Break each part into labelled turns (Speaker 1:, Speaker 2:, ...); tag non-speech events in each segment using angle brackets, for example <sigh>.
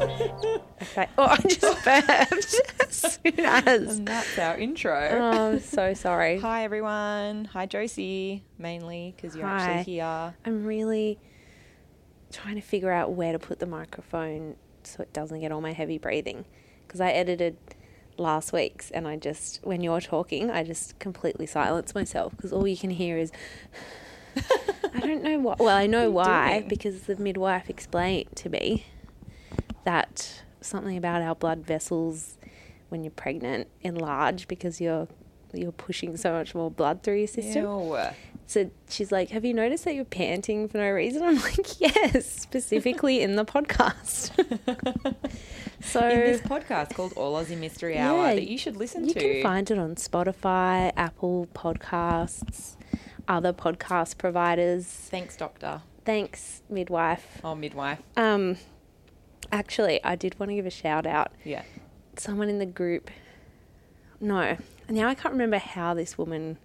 Speaker 1: Okay. <laughs> Oh, I just burped as soon as.
Speaker 2: And that's <laughs> our intro.
Speaker 1: Oh, I'm so sorry.
Speaker 2: Um, Hi, everyone. Hi, Josie, mainly because you're
Speaker 1: Hi.
Speaker 2: actually here.
Speaker 1: <laughs> I'm really trying to figure out where to put the microphone so it doesn't get all my heavy breathing. Because I edited last week's and I just, when you're talking, I just completely silence myself because all you can hear is, <laughs> I don't know what. Well, I know
Speaker 2: What are you
Speaker 1: why
Speaker 2: doing?
Speaker 1: because the midwife explained to me that something about our blood vessels when you're pregnant enlarge because you're you're pushing so much more blood through your system.
Speaker 2: Ew.
Speaker 1: So she's like, "Have you noticed that you're panting for no reason?" <laughs> I'm like, "Yes, specifically in the podcast." <laughs> <laughs> so
Speaker 2: In this podcast called All Aussie Mystery Hour
Speaker 1: Yeah,
Speaker 2: that you should listen
Speaker 1: you
Speaker 2: to.
Speaker 1: can find it on Spotify, Apple Podcasts, other podcast providers.
Speaker 2: Thanks, Doctor.
Speaker 1: Thanks, midwife.
Speaker 2: Oh, midwife.
Speaker 1: Um, actually, I did want to give a shout out.
Speaker 2: Yeah.
Speaker 1: Someone in the group. No, now I can't remember how this woman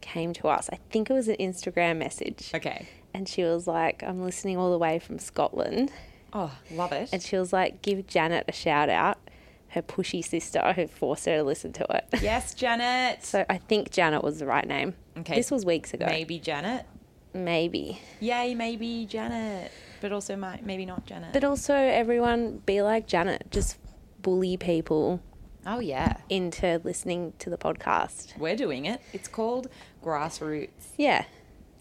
Speaker 1: came to us. I think it was an Instagram message.
Speaker 2: Okay.
Speaker 1: And she was like, I'm listening all the way from Scotland.
Speaker 2: Oh, love it.
Speaker 1: <laughs> And she was like, give Janet a shout out, her pushy sister who forced her to listen to it. <laughs>
Speaker 2: yes, Janet.
Speaker 1: So I think Janet was the right name.
Speaker 2: Okay.
Speaker 1: This was weeks ago.
Speaker 2: maybe Janet.
Speaker 1: Maybe.
Speaker 2: Yay, maybe Janet. But also, my, maybe not Janet.
Speaker 1: But also, everyone be like Janet. Just bully people
Speaker 2: oh, yeah.
Speaker 1: into listening to the podcast.
Speaker 2: We're doing it. It's called grassroots
Speaker 1: Yeah.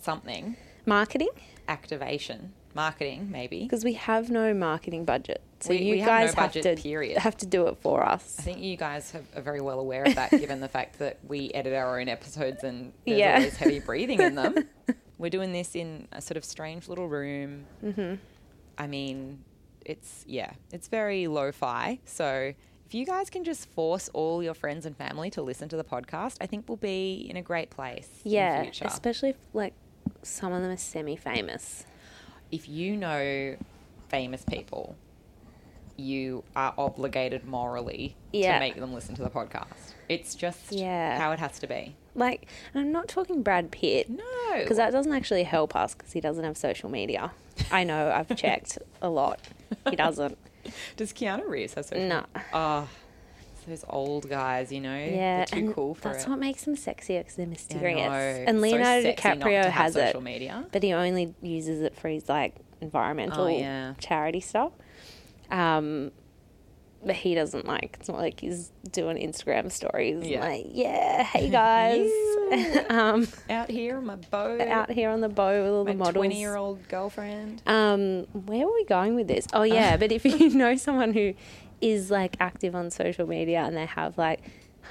Speaker 2: something
Speaker 1: Marketing?
Speaker 2: activation. Marketing, maybe.
Speaker 1: Because we have no marketing budget. So
Speaker 2: We-
Speaker 1: you
Speaker 2: we have no
Speaker 1: guys have,
Speaker 2: budget,
Speaker 1: to
Speaker 2: period.
Speaker 1: have to do it for
Speaker 2: I
Speaker 1: us.
Speaker 2: think you guys have, are very well aware of that, given the fact that we edit our own episodes and there's
Speaker 1: Yeah. <laughs>
Speaker 2: always heavy breathing in them. We're doing this in a sort of strange little room. Mm-hmm. I mean, it's yeah, it's very lo-fi. So if you guys can just force all your friends and family to listen to the podcast, I think we'll be in a great place. in the
Speaker 1: Yeah.
Speaker 2: future.
Speaker 1: Especially if like some of them are semi famous.
Speaker 2: if you know famous people, you are obligated morally
Speaker 1: Yeah.
Speaker 2: to make them listen to the podcast. It's just
Speaker 1: Yeah.
Speaker 2: how it has to be.
Speaker 1: Like, and I'm not talking Brad Pitt
Speaker 2: No,
Speaker 1: because that doesn't actually help us because he doesn't have social media. I know
Speaker 2: <laughs>
Speaker 1: I've checked a lot. He doesn't.
Speaker 2: does Keanu Reeves have social?
Speaker 1: No.
Speaker 2: Oh, it's those old guys, you know,
Speaker 1: Yeah,
Speaker 2: they're too
Speaker 1: and
Speaker 2: cool for
Speaker 1: that's
Speaker 2: it.
Speaker 1: what makes them sexier because they're
Speaker 2: I
Speaker 1: mysterious.
Speaker 2: know. It's
Speaker 1: and
Speaker 2: so
Speaker 1: Leonardo
Speaker 2: sexy not to
Speaker 1: DiCaprio
Speaker 2: have
Speaker 1: has it,
Speaker 2: social media.
Speaker 1: but he only uses it for his like environmental
Speaker 2: Oh, yeah.
Speaker 1: charity stuff. Um, but he doesn't like. It's not like he's doing Instagram stories. and
Speaker 2: Yeah.
Speaker 1: like yeah, hey guys,
Speaker 2: <laughs> You.
Speaker 1: <laughs> um,
Speaker 2: Out here, on my boat,
Speaker 1: out here on the boat with all
Speaker 2: my
Speaker 1: the models.
Speaker 2: twenty-year-old girlfriend.
Speaker 1: Um, where were we going with this? Oh
Speaker 2: <laughs>
Speaker 1: yeah, but if you know someone who is like active on social media and they have like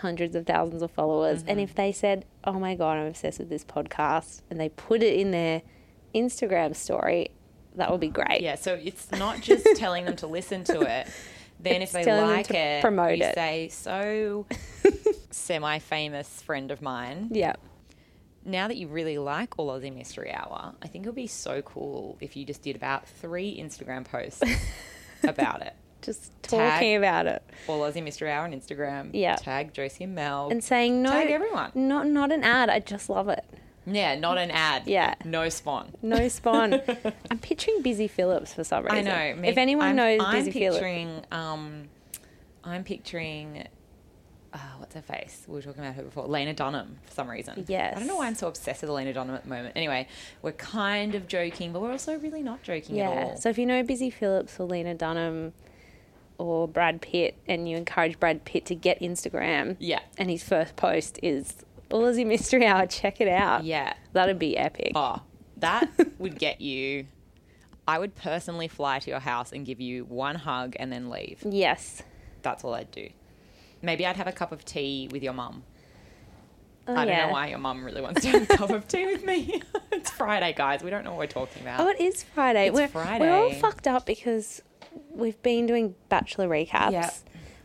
Speaker 1: hundreds of thousands of followers,
Speaker 2: Mm-hmm.
Speaker 1: and if they said, "Oh my god, I'm obsessed with this podcast," and they put it in their Instagram story, that would be great.
Speaker 2: Yeah, so it's not just
Speaker 1: <laughs>
Speaker 2: telling them to listen to it. Then
Speaker 1: It's
Speaker 2: if they
Speaker 1: telling them
Speaker 2: like
Speaker 1: to
Speaker 2: it,
Speaker 1: promote
Speaker 2: you
Speaker 1: it.
Speaker 2: say, so semi-famous friend of mine,
Speaker 1: <laughs> Yeah.
Speaker 2: now that you really like All Aussie Mystery Hour, I think it would be so cool if you just did about three Instagram
Speaker 1: <laughs>
Speaker 2: posts about it.
Speaker 1: Just
Speaker 2: Tag.
Speaker 1: talking about it
Speaker 2: All Aussie Mystery Hour on Instagram.
Speaker 1: Yeah.
Speaker 2: Tag Josie and Mel.
Speaker 1: and saying no,
Speaker 2: Tag everyone.
Speaker 1: not not an ad. I just love it.
Speaker 2: yeah, not an ad.
Speaker 1: Yeah.
Speaker 2: No spawn.
Speaker 1: No
Speaker 2: <laughs>
Speaker 1: spawn. I'm picturing Busy Phillips for some
Speaker 2: I
Speaker 1: reason.
Speaker 2: know. me-
Speaker 1: if anyone
Speaker 2: I'm,
Speaker 1: knows
Speaker 2: I'm
Speaker 1: Busy Phillips,
Speaker 2: picturing, um, I'm picturing. Uh, what's her face? We were talking about her before. Lena Dunham, for some reason.
Speaker 1: Yes.
Speaker 2: I don't know why I'm so obsessed with Lena Dunham at the moment. Anyway, we're kind of joking, but we're also really not joking at
Speaker 1: Yeah.
Speaker 2: all.
Speaker 1: So if you know Busy Phillips or Lena Dunham or Brad Pitt and you encourage Brad Pitt to get Instagram
Speaker 2: yeah.
Speaker 1: and his first post is All Aussie Mystery Hour, check it out.
Speaker 2: Yeah.
Speaker 1: That'd be epic.
Speaker 2: Oh,
Speaker 1: <laughs>
Speaker 2: that would get you. I would personally fly to your house and give you one hug and then leave.
Speaker 1: Yes.
Speaker 2: That's all I'd do. Maybe I'd have a cup of tea with your mum.
Speaker 1: Oh,
Speaker 2: I don't
Speaker 1: yeah.
Speaker 2: know why your mum really wants to have a cup of tea with me. <laughs> it's Friday, guys. We don't know what we're talking about.
Speaker 1: Oh, it is Friday.
Speaker 2: It's
Speaker 1: we're, We're all
Speaker 2: Friday.
Speaker 1: fucked up because we've been doing bachelor recaps,
Speaker 2: Yeah.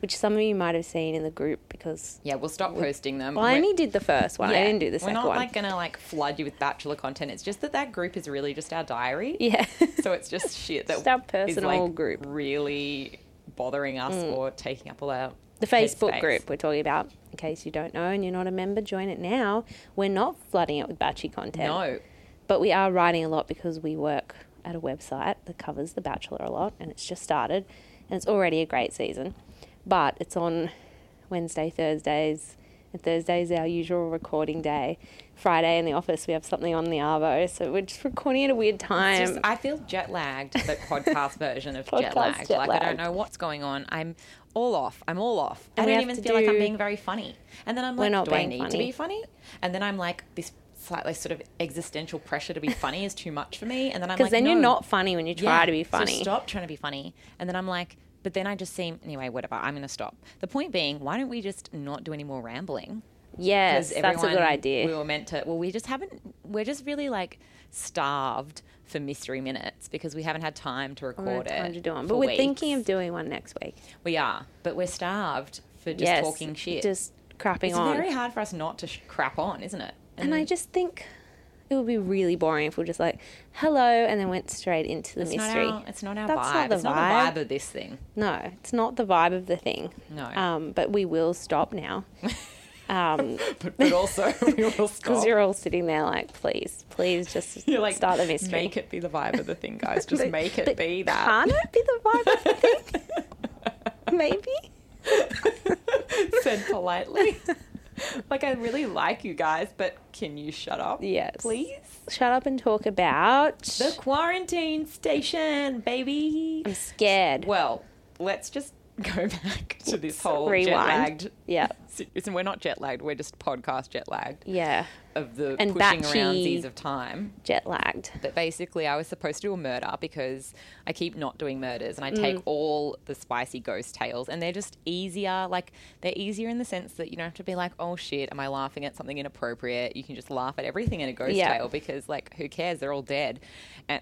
Speaker 1: which some of you might have seen in the group because
Speaker 2: yeah, we'll stop posting them.
Speaker 1: well, I
Speaker 2: Um, We're-
Speaker 1: only did the first one. I
Speaker 2: yeah,
Speaker 1: didn't do the
Speaker 2: We're
Speaker 1: second
Speaker 2: not
Speaker 1: one.
Speaker 2: like gonna like flood you with bachelor content. It's just that that group is really just our diary.
Speaker 1: <laughs> yeah.
Speaker 2: So
Speaker 1: <laughs>
Speaker 2: it's just shit that
Speaker 1: Just our
Speaker 2: is,
Speaker 1: personal
Speaker 2: like,
Speaker 1: group. Mm.
Speaker 2: really bothering us or taking up all our
Speaker 1: The Facebook
Speaker 2: headspace.
Speaker 1: group we're talking about, in case you don't know and you're not a member, join it now. We're not flooding it with batchy content.
Speaker 2: No,
Speaker 1: But we are writing a lot because we work at a website that covers The Bachelor a lot, and it's just started, and it's already a great season. But it's on Wednesday, Thursdays, and Thursday's our usual recording day. Friday in the office, we have something on the Arvo, so we're just recording at a weird time.
Speaker 2: It's just- I feel jet lagged,
Speaker 1: <laughs>
Speaker 2: the podcast version of jet
Speaker 1: Podcast
Speaker 2: lagged.
Speaker 1: jet
Speaker 2: like I
Speaker 1: lagged.
Speaker 2: don't know what's going on. I'm all off. I'm all off.
Speaker 1: And we
Speaker 2: I don't
Speaker 1: have
Speaker 2: even
Speaker 1: to
Speaker 2: feel like I'm
Speaker 1: do-
Speaker 2: being very funny. And then I'm
Speaker 1: We're
Speaker 2: like,
Speaker 1: not
Speaker 2: do I
Speaker 1: being
Speaker 2: need to
Speaker 1: funny.
Speaker 2: be funny? And then I'm like, this slightly sort of existential pressure to be funny is too much for me. And then I'm
Speaker 1: because
Speaker 2: like,
Speaker 1: then you're
Speaker 2: no.
Speaker 1: not funny when you try
Speaker 2: Yeah,
Speaker 1: to be
Speaker 2: so
Speaker 1: funny.
Speaker 2: stop trying to be funny. And then I'm like, but then I just seem anyway. Whatever. I'm going to stop. The point being, why don't we just not do any more rambling?
Speaker 1: yes,
Speaker 2: Because
Speaker 1: that's a good idea.
Speaker 2: We were meant to. Well, we just haven't. We're just really like starved for mystery minutes because we haven't had time to
Speaker 1: We don't
Speaker 2: record
Speaker 1: have time
Speaker 2: it.
Speaker 1: to do one.
Speaker 2: for
Speaker 1: But we're
Speaker 2: weeks.
Speaker 1: thinking of doing one next week.
Speaker 2: We are, but we're starved for just
Speaker 1: yes,
Speaker 2: talking shit.
Speaker 1: Just crapping
Speaker 2: it's
Speaker 1: on.
Speaker 2: very hard for us not to sh- crap on, isn't it?
Speaker 1: and I just think it would be really boring if we are just like, hello, and then went straight into the
Speaker 2: it's
Speaker 1: mystery.
Speaker 2: Not our, it's not our
Speaker 1: That's
Speaker 2: vibe.
Speaker 1: not the
Speaker 2: it's not
Speaker 1: vibe.
Speaker 2: the vibe of this thing.
Speaker 1: No, it's not the vibe of the thing.
Speaker 2: No. <laughs>
Speaker 1: Um, but we will stop now. Um,
Speaker 2: But, but
Speaker 1: <laughs>
Speaker 2: also, we will
Speaker 1: because
Speaker 2: stop.
Speaker 1: you're all sitting there like, please, please just
Speaker 2: <laughs> You're like,
Speaker 1: start the mystery.
Speaker 2: Make it be the vibe of the thing,
Speaker 1: <laughs>
Speaker 2: guys. Just
Speaker 1: But-
Speaker 2: make it
Speaker 1: but
Speaker 2: be that.
Speaker 1: Can't it be the vibe of
Speaker 2: <laughs>
Speaker 1: the thing? Maybe.
Speaker 2: <laughs> said
Speaker 1: <laughs>
Speaker 2: politely. like, I really like you guys, but can you shut up?
Speaker 1: Yes.
Speaker 2: Please?
Speaker 1: Shut up and talk about.
Speaker 2: The quarantine station, baby.
Speaker 1: I'm scared.
Speaker 2: Well, let's just go <laughs> back to this whole
Speaker 1: Rewind.
Speaker 2: jet lagged.
Speaker 1: Yeah.
Speaker 2: Listen, we're not jet lagged, we're just podcast jet lagged
Speaker 1: Yeah.
Speaker 2: of the
Speaker 1: And
Speaker 2: pushing
Speaker 1: batchy.
Speaker 2: around these of time.
Speaker 1: Jet lagged.
Speaker 2: But basically, I was supposed to do a murder because I keep not doing murders and I take all the spicy ghost tales and they're just easier. Like, they're easier in the sense that you don't have to be like, oh shit, am I laughing at something inappropriate? You can just laugh at everything in a ghost
Speaker 1: Yeah.
Speaker 2: tale because, like, who cares? They're all dead. <laughs> And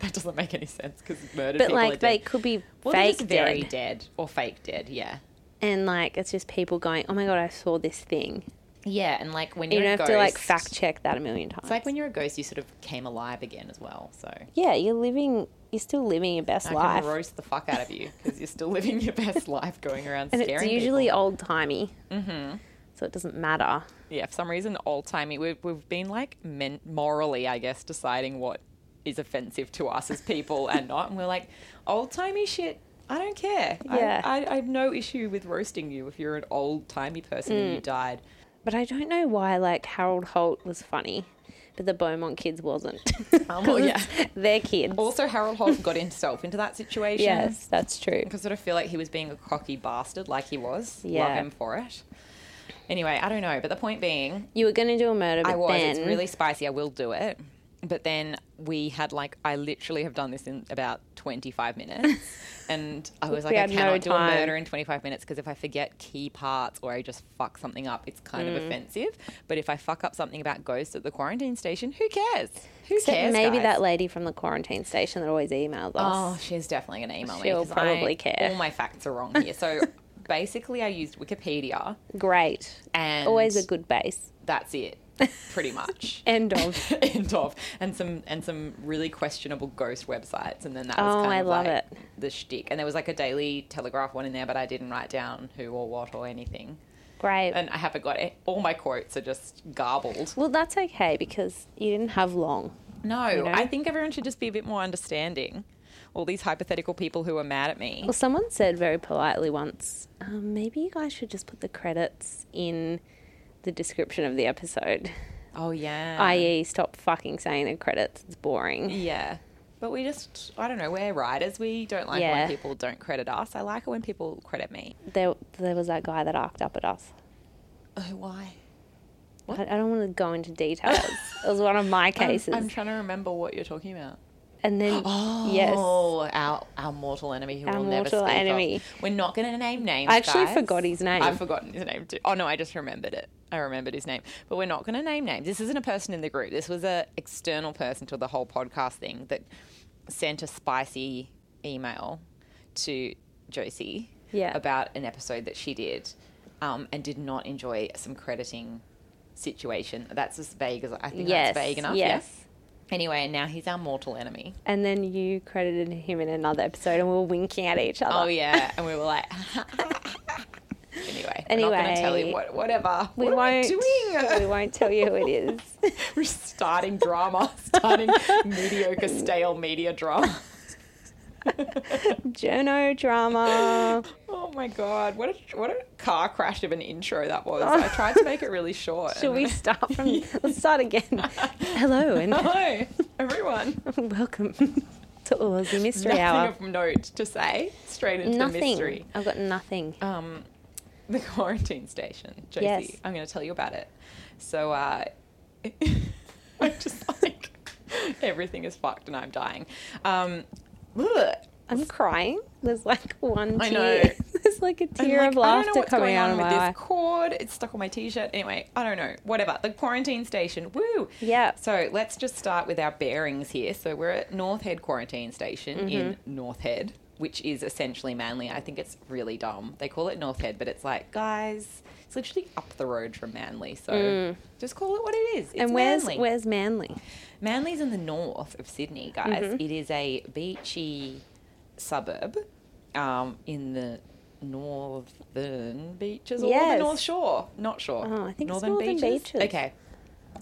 Speaker 2: that doesn't make any sense because murder
Speaker 1: But
Speaker 2: people are
Speaker 1: like they
Speaker 2: dead.
Speaker 1: could be
Speaker 2: well, they're
Speaker 1: fake
Speaker 2: just very
Speaker 1: dead.
Speaker 2: dead or fake dead, yeah.
Speaker 1: and like it's just people going, "Oh my god, I saw this thing."
Speaker 2: Yeah, and like when
Speaker 1: You don't
Speaker 2: you're a
Speaker 1: have
Speaker 2: ghost,
Speaker 1: to like fact check that a million times.
Speaker 2: It's like when you're a ghost, you sort of came alive again as well. So
Speaker 1: yeah, you're living, you're still living your best
Speaker 2: I
Speaker 1: life,
Speaker 2: can roast the fuck out of you because you're still <laughs> living your best life going around
Speaker 1: and
Speaker 2: scaring
Speaker 1: it's usually
Speaker 2: people.
Speaker 1: old timey, mm-hmm. so it doesn't matter.
Speaker 2: yeah for some reason old timey we've, we've been like men- morally I guess deciding what is offensive to us as people and not and we're like old timey shit I don't care I-
Speaker 1: Yeah.
Speaker 2: I, I, have no issue with roasting you if you're an old timey person and
Speaker 1: Mm.
Speaker 2: you died
Speaker 1: But I don't know why like Harold Holt was funny, but the Beaumont kids wasn't. <laughs>
Speaker 2: Oh,
Speaker 1: 'Cause
Speaker 2: yeah.
Speaker 1: it's their kids.
Speaker 2: also Harold Holt got himself into that situation
Speaker 1: yes, that's true.
Speaker 2: I sort of feel like he was being a cocky bastard like he was
Speaker 1: Yeah.
Speaker 2: love him for it anyway I don't know but the point being
Speaker 1: You were gonna do a murder, but
Speaker 2: I was.
Speaker 1: then
Speaker 2: It's really spicy. I will do it. But then we had like I literally have done this in about
Speaker 1: <laughs>
Speaker 2: 25 minutes, and I was like, I
Speaker 1: had no
Speaker 2: cannot do a
Speaker 1: time.
Speaker 2: murder in 25 minutes because if I forget key parts or I just fuck something up, it's kind of
Speaker 1: Mm.
Speaker 2: offensive. But if I fuck up something about ghosts at the quarantine station, who cares? Who
Speaker 1: Except
Speaker 2: cares?
Speaker 1: maybe
Speaker 2: guys?
Speaker 1: that lady from the quarantine station that always emailed us.
Speaker 2: Oh, she's definitely going to email me.
Speaker 1: She'll
Speaker 2: 'cause
Speaker 1: probably
Speaker 2: I-
Speaker 1: care.
Speaker 2: All my facts are wrong here.
Speaker 1: <laughs>
Speaker 2: So basically, I used Wikipedia,
Speaker 1: Great.
Speaker 2: and
Speaker 1: Always a good base.
Speaker 2: that's it, pretty
Speaker 1: <laughs>
Speaker 2: much.
Speaker 1: End of.
Speaker 2: <laughs> end of and some and some really questionable ghost websites and then that was
Speaker 1: Oh,
Speaker 2: kind
Speaker 1: I
Speaker 2: of
Speaker 1: love
Speaker 2: like
Speaker 1: it.
Speaker 2: the shtick and there was like a Daily Telegraph one in there but I didn't write down who or what or anything
Speaker 1: Great.
Speaker 2: and I haven't got it. all my quotes are just garbled.
Speaker 1: well, that's okay because you didn't have long.
Speaker 2: No,
Speaker 1: know?
Speaker 2: I think everyone should just be a bit more understanding. All these hypothetical people who are mad at me.
Speaker 1: Well, someone said very politely once, um, maybe you guys should just put the credits in the description of the episode,
Speaker 2: Oh yeah,
Speaker 1: i.e., stop fucking saying the credits. It's boring.
Speaker 2: yeah. But we just, I don't know, we're writers. We don't like
Speaker 1: Yeah.
Speaker 2: when people don't credit us. I like it when people credit me.
Speaker 1: There, there was that guy that arced up at us.
Speaker 2: Oh, why?
Speaker 1: I, I don't want to go into
Speaker 2: <laughs>
Speaker 1: details. it was one of my
Speaker 2: I'm-
Speaker 1: cases.
Speaker 2: I'm trying to remember what you're talking about.
Speaker 1: and then, yes.
Speaker 2: Oh, our, our mortal enemy who
Speaker 1: Our
Speaker 2: will never
Speaker 1: mortal
Speaker 2: speak enemy.
Speaker 1: enemy.
Speaker 2: Of. We're not going to name names.
Speaker 1: I actually
Speaker 2: guys.
Speaker 1: forgot his name.
Speaker 2: I've forgotten his name too. Oh no, I just remembered it. I remembered his name, but we're not going to name names. This isn't a person in the group. This was a external person to the whole podcast thing that sent a spicy email to Josie
Speaker 1: Yeah.
Speaker 2: about an episode that she did um, and did not enjoy some crediting situation. That's as vague as I think
Speaker 1: Yes.
Speaker 2: that's vague enough. yeah?
Speaker 1: Yes.
Speaker 2: Anyway, and now he's our mortal enemy.
Speaker 1: And then you credited him in another episode, and we were winking at each other.
Speaker 2: Oh yeah, and we were like, <laughs> Anyway, we're not going to tell you
Speaker 1: Anyway,
Speaker 2: what, whatever.
Speaker 1: <laughs> We
Speaker 2: what
Speaker 1: won't.
Speaker 2: Am I
Speaker 1: <laughs>
Speaker 2: doing?
Speaker 1: We won't tell you who it is.
Speaker 2: <laughs> We're starting drama, <laughs> starting
Speaker 1: <laughs>
Speaker 2: mediocre, stale media drama.
Speaker 1: Jono drama.
Speaker 2: Oh my god, what a what a car crash of an intro
Speaker 1: <laughs>
Speaker 2: that was! I tried to make it really short.
Speaker 1: Should we
Speaker 2: <laughs> and-
Speaker 1: start from? Let's start
Speaker 2: <laughs>
Speaker 1: again. Hello and <laughs>
Speaker 2: Hello, everyone.
Speaker 1: welcome <laughs> to all Aussie Mystery
Speaker 2: Nothing
Speaker 1: Hour.
Speaker 2: of note to say. Straight into the mystery.
Speaker 1: Nothing. I've got nothing.
Speaker 2: Um, <laughs> the quarantine station, Josie.
Speaker 1: Yes.
Speaker 2: I'm going to tell you about it. So, uh, <laughs> I'm just
Speaker 1: <laughs>
Speaker 2: like everything is fucked and I'm dying. Um, bleh.
Speaker 1: I'm crying. There's like one tear.
Speaker 2: I know.
Speaker 1: <laughs> There's like a
Speaker 2: I'm
Speaker 1: tear
Speaker 2: like,
Speaker 1: of
Speaker 2: I don't know
Speaker 1: laughter
Speaker 2: what's
Speaker 1: coming
Speaker 2: going
Speaker 1: out of
Speaker 2: on with
Speaker 1: my eye.
Speaker 2: this cord. It's stuck on my t-shirt. Anyway, I don't know. Whatever. The quarantine station. Woo.
Speaker 1: Yeah.
Speaker 2: So let's just start with our bearings here. So we're at North Head Quarantine Station
Speaker 1: Mm-hmm.
Speaker 2: in North Head, which is essentially Manly. I think it's really dumb. They call it North Head, but it's like, guys, it's literally up the road from Manly. So just call it what it is. It's
Speaker 1: Mm. and where's
Speaker 2: Manly.
Speaker 1: where's Manly?
Speaker 2: Manly's in the north of Sydney, guys.
Speaker 1: Mm-hmm.
Speaker 2: It is a beachy suburb um, in the northern beaches or
Speaker 1: Yes.
Speaker 2: the North Shore. Not sure.
Speaker 1: Oh, I think it's Northern Beaches.
Speaker 2: Okay.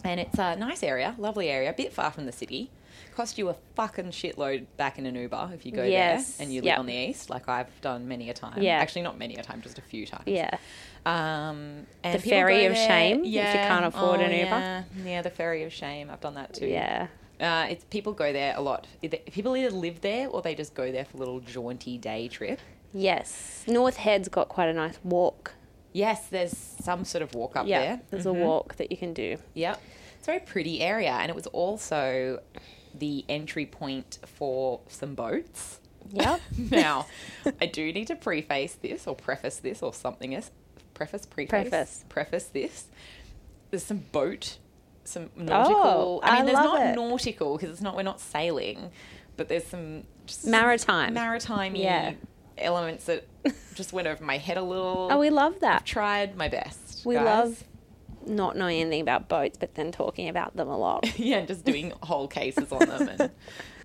Speaker 2: And it's a nice area, lovely area, a bit far from the city. Cost you a fucking shitload back in an Uber if you go
Speaker 1: Yes,
Speaker 2: there and you live
Speaker 1: yep.
Speaker 2: on the east, like I've done many a time.
Speaker 1: Yeah.
Speaker 2: Actually, not many a time, just a few times.
Speaker 1: Yeah.
Speaker 2: Um, and
Speaker 1: The
Speaker 2: people
Speaker 1: ferry
Speaker 2: go
Speaker 1: of
Speaker 2: there- Oh,
Speaker 1: shame, if you can't afford an Uber.
Speaker 2: Yeah. yeah, the ferry of shame. I've done that too.
Speaker 1: Yeah.
Speaker 2: Uh, it's people go there a lot. Either- People either live there or they just go there for a little jaunty day trip.
Speaker 1: Yes. North Head's got quite a nice walk.
Speaker 2: Yes, there's some sort of walk up
Speaker 1: yeah.
Speaker 2: there. Mm-hmm.
Speaker 1: There's a walk that you can do.
Speaker 2: Yep. It's a very pretty area, and it was also the entry point for some boats.
Speaker 1: <laughs> Yep.
Speaker 2: now, <laughs> I do need to preface this or preface this or something else. Preface, preface,
Speaker 1: Preface.
Speaker 2: preface this. There's some boat, some nautical. I
Speaker 1: Oh, I
Speaker 2: mean, there's
Speaker 1: love
Speaker 2: not
Speaker 1: it.
Speaker 2: nautical because it's not. We're not sailing, but there's some just
Speaker 1: Maritime.
Speaker 2: maritime
Speaker 1: Yeah.
Speaker 2: elements that just went over my head a little.
Speaker 1: <laughs> Oh, we love that.
Speaker 2: tried my best.
Speaker 1: We
Speaker 2: guys.
Speaker 1: love not knowing anything about boats, but then talking about them a
Speaker 2: <laughs>
Speaker 1: lot.
Speaker 2: yeah, just doing whole cases on them.
Speaker 1: <laughs>
Speaker 2: And,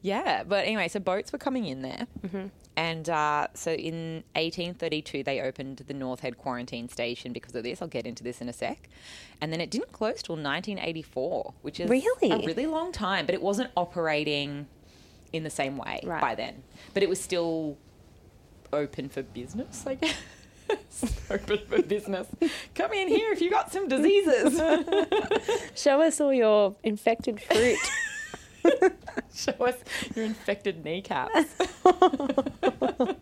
Speaker 2: yeah, but anyway, so boats were coming in there.
Speaker 1: Mm-hmm.
Speaker 2: And uh, so in 1832, they opened the North Head Quarantine Station because of this. I'll get into this in a sec. And then it didn't close till 1984, which is
Speaker 1: Really?
Speaker 2: a really long time, but it wasn't operating in the same way
Speaker 1: Right.
Speaker 2: by then. But it was still open for business, I guess. <laughs> open for business. Come in here if you got some diseases.
Speaker 1: <laughs> Show us all your infected fruit.
Speaker 2: <laughs> Show us your infected kneecaps. <laughs>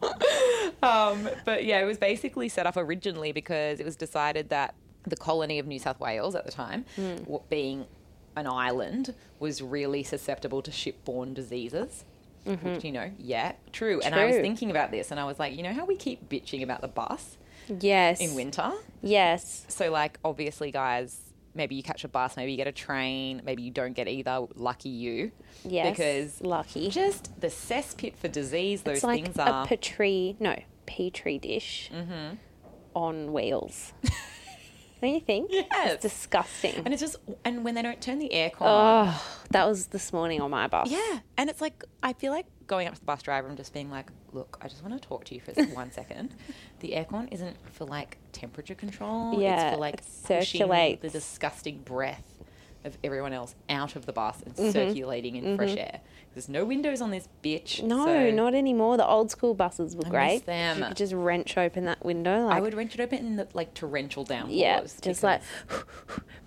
Speaker 2: um, but yeah, it was basically set up originally because it was decided that the colony of New South Wales at the time, w- being an island, was really susceptible to shipborne diseases. Which, you know, yeah, true. And I was
Speaker 1: True.
Speaker 2: thinking about this and I was like, you know how we keep bitching about the bus
Speaker 1: yes.
Speaker 2: <laughs> in winter?
Speaker 1: Yes.
Speaker 2: So, like, obviously, guys, maybe you catch a bus, maybe you get a train, maybe you don't get either. Lucky you.
Speaker 1: Yes.
Speaker 2: Because
Speaker 1: lucky.
Speaker 2: Just the cesspit for disease those
Speaker 1: it's like
Speaker 2: things
Speaker 1: a
Speaker 2: are. Mm-hmm.
Speaker 1: petri no petri dish on
Speaker 2: <laughs>
Speaker 1: wheels. Don't you think?
Speaker 2: Yes.
Speaker 1: It's disgusting.
Speaker 2: and it's just, and when they don't turn the aircon on.
Speaker 1: Oh, that was this morning on my bus.
Speaker 2: Yeah. And it's like, I feel like going up to the bus driver and just being like, look, I just want to talk to you for s- one
Speaker 1: <laughs>
Speaker 2: second. The aircon isn't for like temperature control. It's
Speaker 1: Yeah,
Speaker 2: for like
Speaker 1: it
Speaker 2: pushing the
Speaker 1: circulates.
Speaker 2: disgusting breath of everyone else out of the bus and
Speaker 1: Mm-hmm.
Speaker 2: circulating in fresh air. There's no windows on this bitch.
Speaker 1: No,
Speaker 2: so
Speaker 1: not anymore. The old school buses were
Speaker 2: miss
Speaker 1: great.
Speaker 2: them.
Speaker 1: You could just wrench open that window. Like,
Speaker 2: I would wrench it open in the like torrential downpours.
Speaker 1: Yeah, just like <sighs>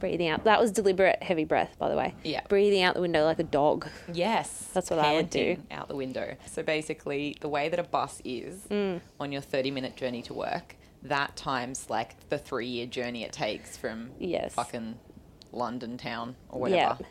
Speaker 1: breathing out. That was deliberate heavy breath, by the way.
Speaker 2: Yeah.
Speaker 1: Breathing out the window like a dog.
Speaker 2: Yes.
Speaker 1: That's what I would do.
Speaker 2: panting Out the window. So basically, the way that a bus is
Speaker 1: Mm.
Speaker 2: on your 30 minute journey to work, that times like the three year journey it takes from
Speaker 1: Yes.
Speaker 2: fucking London town or whatever.
Speaker 1: Yeah.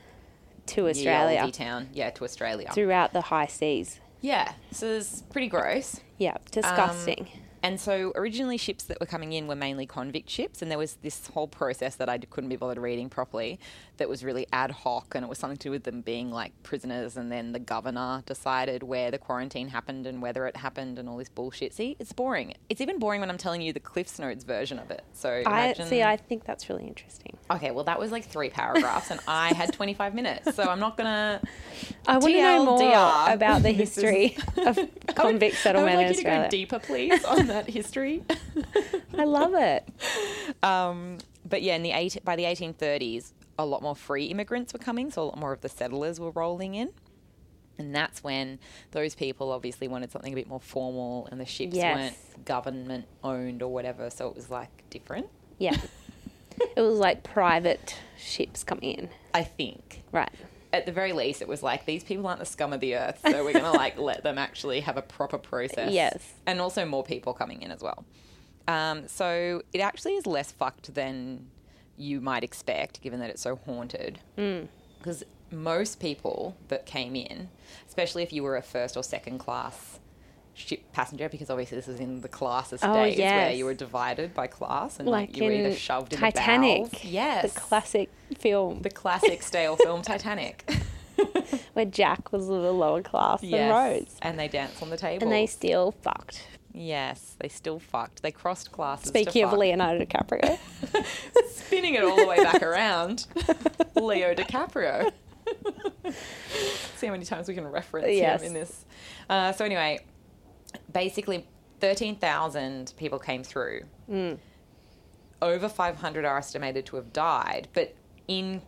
Speaker 1: To
Speaker 2: ye
Speaker 1: Australia.
Speaker 2: olde town. Yeah, to Australia.
Speaker 1: Throughout the high seas.
Speaker 2: yeah. So it's pretty gross.
Speaker 1: Yeah. Disgusting.
Speaker 2: And so originally ships that were coming in were mainly convict ships, and there was this whole process that I couldn't be bothered reading properly that was really ad hoc, and it was something to do with them being like prisoners, and then the governor decided where the quarantine happened and whether it happened and all this bullshit. See, it's boring. It's even boring when I'm telling you the Cliff's Notes version of it. So
Speaker 1: I
Speaker 2: imagine...
Speaker 1: see I think that's really interesting.
Speaker 2: Okay, well that was like three paragraphs, and I had 25 minutes, so I'm not gonna.
Speaker 1: I want to know more
Speaker 2: TLDR.
Speaker 1: about the
Speaker 2: <laughs> This is-
Speaker 1: history of
Speaker 2: I would-
Speaker 1: convict settlement
Speaker 2: I would like
Speaker 1: in
Speaker 2: you to go
Speaker 1: Australia.
Speaker 2: deeper, please, on that history.
Speaker 1: <laughs> I love it.
Speaker 2: Um, but yeah, in the eight, by the 1830s, a lot more free immigrants were coming, so a lot more of the settlers were rolling in. And that's when those people obviously wanted something a bit more formal, and the ships
Speaker 1: Yes.
Speaker 2: weren't government owned or whatever, so it was like different, <laughs>
Speaker 1: Yeah. it was like private ships coming in.
Speaker 2: I think.
Speaker 1: Right.
Speaker 2: At the very least, it was like these people aren't the scum of the earth, so we're gonna
Speaker 1: <laughs>
Speaker 2: like let them actually have a proper process.
Speaker 1: Yes.
Speaker 2: and also more people coming in as well. Um, so it actually is less fucked than you might expect, given that it's so haunted.
Speaker 1: Mm.
Speaker 2: Because most people that came in, especially if you were a first or second class ship passenger, because obviously this was in the classes
Speaker 1: Oh,
Speaker 2: days where
Speaker 1: yes.
Speaker 2: you were divided by class and like,
Speaker 1: Like
Speaker 2: you were
Speaker 1: in
Speaker 2: either shoved in
Speaker 1: Titanic.
Speaker 2: the bows. Yes,
Speaker 1: The classic film
Speaker 2: the classic stale film Titanic. <laughs>
Speaker 1: where Jack was of the lower class than Rose.
Speaker 2: and they dance on the table.
Speaker 1: And they still fucked.
Speaker 2: yes, they still fucked. They crossed classes.
Speaker 1: Speaking
Speaker 2: to
Speaker 1: of
Speaker 2: fuck.
Speaker 1: Leonardo DiCaprio.
Speaker 2: spinning it all the way back around. <laughs> Leo
Speaker 1: <laughs>
Speaker 2: DiCaprio. See how many times we can reference
Speaker 1: Yes.
Speaker 2: him in this. Uh, so anyway, basically, thirteen thousand people came through.
Speaker 1: Mm.
Speaker 2: Over five hundred are estimated to have died, but in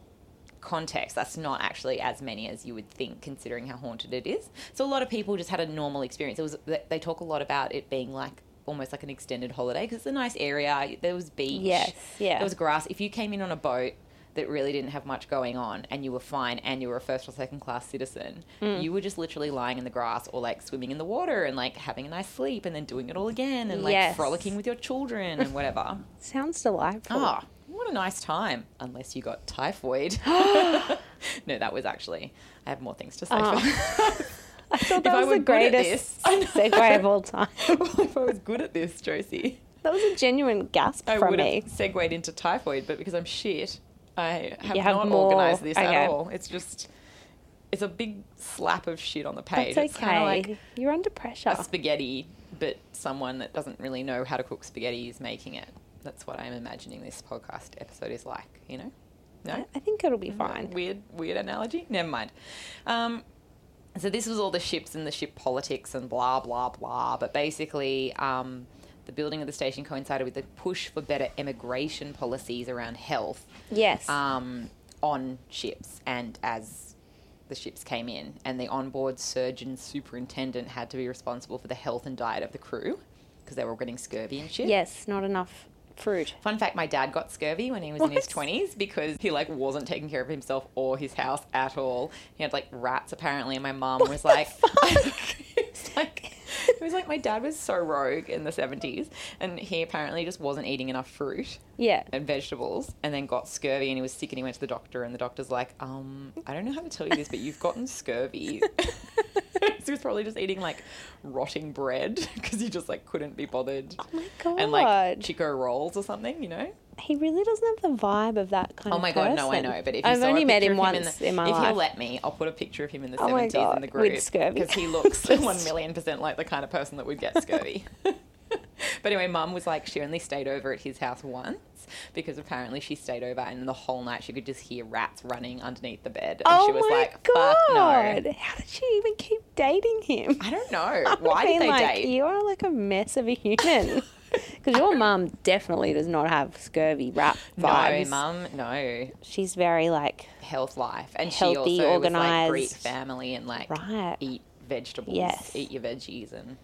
Speaker 2: context, that's not actually as many as you would think, considering how haunted it is. So a lot of people just had a normal experience. It was they- they talk a lot about it being like almost like an extended holiday because it's a nice area. There was beach.
Speaker 1: Yes, yeah.
Speaker 2: There was grass. If you came in on a boat that really didn't have much going on and you were fine and you were a first or second class citizen,
Speaker 1: Mm.
Speaker 2: you were just literally lying in the grass or like swimming in the water and like having a nice sleep and then doing it all again and like
Speaker 1: Yes.
Speaker 2: frolicking with your children and whatever.
Speaker 1: Sounds delightful.
Speaker 2: Oh, what a nice time. Unless you
Speaker 1: <gasps>
Speaker 2: got typhoid. <laughs> no, that was actually. I have more things to say. <laughs>
Speaker 1: Oh.
Speaker 2: first.
Speaker 1: <laughs> I thought
Speaker 2: If
Speaker 1: that
Speaker 2: I
Speaker 1: was
Speaker 2: were
Speaker 1: the
Speaker 2: good at
Speaker 1: greatest
Speaker 2: this- <laughs> I know.
Speaker 1: segue of all time.
Speaker 2: if I was good at this, Josie,
Speaker 1: That was a genuine gasp
Speaker 2: I
Speaker 1: from
Speaker 2: would
Speaker 1: me.
Speaker 2: have segued into typhoid, but because I'm shit, I have,
Speaker 1: You have
Speaker 2: not
Speaker 1: more.
Speaker 2: organized this
Speaker 1: Okay.
Speaker 2: at all. It's just. It's a big slap of shit on the page.
Speaker 1: That's
Speaker 2: It's kinda
Speaker 1: okay.
Speaker 2: like
Speaker 1: You're under pressure.
Speaker 2: a spaghetti, but someone that doesn't really know how to cook spaghetti is making it. That's what I'm imagining this podcast episode is like, you know? No? Mm-hmm.
Speaker 1: I I think it'll be fine.
Speaker 2: Weird, weird analogy. Never mind. Um, so this was all the ships and the ship politics and blah blah blah. But basically, um, the building of the station coincided with the push for better immigration policies around health
Speaker 1: Yes.
Speaker 2: um, on ships and as the ships came in and the onboard surgeon superintendent had to be responsible for the health and diet of the crew because they were all getting scurvy and shit.
Speaker 1: yes, not enough fruit.
Speaker 2: Fun fact, my dad got scurvy when he was in his
Speaker 1: What?
Speaker 2: 20s because he like wasn't taking care of himself or his house at all. He had like rats apparently and my mum was
Speaker 1: the
Speaker 2: like <laughs>
Speaker 1: fuck?
Speaker 2: it was like it was like my dad was so rogue in the 70s and he apparently just wasn't eating enough fruit <laughs>
Speaker 1: Yeah.
Speaker 2: and vegetables and then got scurvy and he was sick and he went to the doctor and the doctor's like, "Um, I don't know how to tell you this, but you've gotten
Speaker 1: <laughs>
Speaker 2: scurvy."
Speaker 1: Oh
Speaker 2: he was probably just eating like rotting bread <laughs> because he just like couldn't be bothered
Speaker 1: Oh my god.
Speaker 2: and like Chico rolls or something, you know?
Speaker 1: he really doesn't have the vibe of that kind
Speaker 2: Oh
Speaker 1: of
Speaker 2: my
Speaker 1: person.
Speaker 2: god, no, I know. But if you
Speaker 1: I've
Speaker 2: saw a
Speaker 1: only met
Speaker 2: picture
Speaker 1: him
Speaker 2: of in
Speaker 1: once
Speaker 2: the-
Speaker 1: in, my
Speaker 2: if
Speaker 1: life.
Speaker 2: you'll let me, I'll put a picture of him in the
Speaker 1: Oh my
Speaker 2: seventies in
Speaker 1: God,
Speaker 2: the
Speaker 1: with
Speaker 2: group
Speaker 1: scurvy.
Speaker 2: because he
Speaker 1: <laughs>
Speaker 2: looks
Speaker 1: Just-
Speaker 2: one million percent like the kind of person that would get
Speaker 1: <laughs>
Speaker 2: scurvy. <laughs> but anyway, Mum was like, she only stayed over at his house once because apparently she stayed over and the whole night she could just hear rats running underneath the bed, and
Speaker 1: oh
Speaker 2: she was
Speaker 1: my
Speaker 2: like,
Speaker 1: god!
Speaker 2: "Fuck no."
Speaker 1: How did she even keep dating him? <laughs>
Speaker 2: I don't know. Why
Speaker 1: mean,
Speaker 2: did they
Speaker 1: like,
Speaker 2: date?
Speaker 1: You are like a mess of a
Speaker 2: <laughs>
Speaker 1: human. <laughs> Because your mum definitely does not have scurvy rat vibes.
Speaker 2: No, mum, no.
Speaker 1: She's very like,
Speaker 2: health life, and she
Speaker 1: Healthy,
Speaker 2: also was like Greek
Speaker 1: organised.
Speaker 2: family and like
Speaker 1: Right.
Speaker 2: eat vegetables,
Speaker 1: Yes.
Speaker 2: eat your veggies, and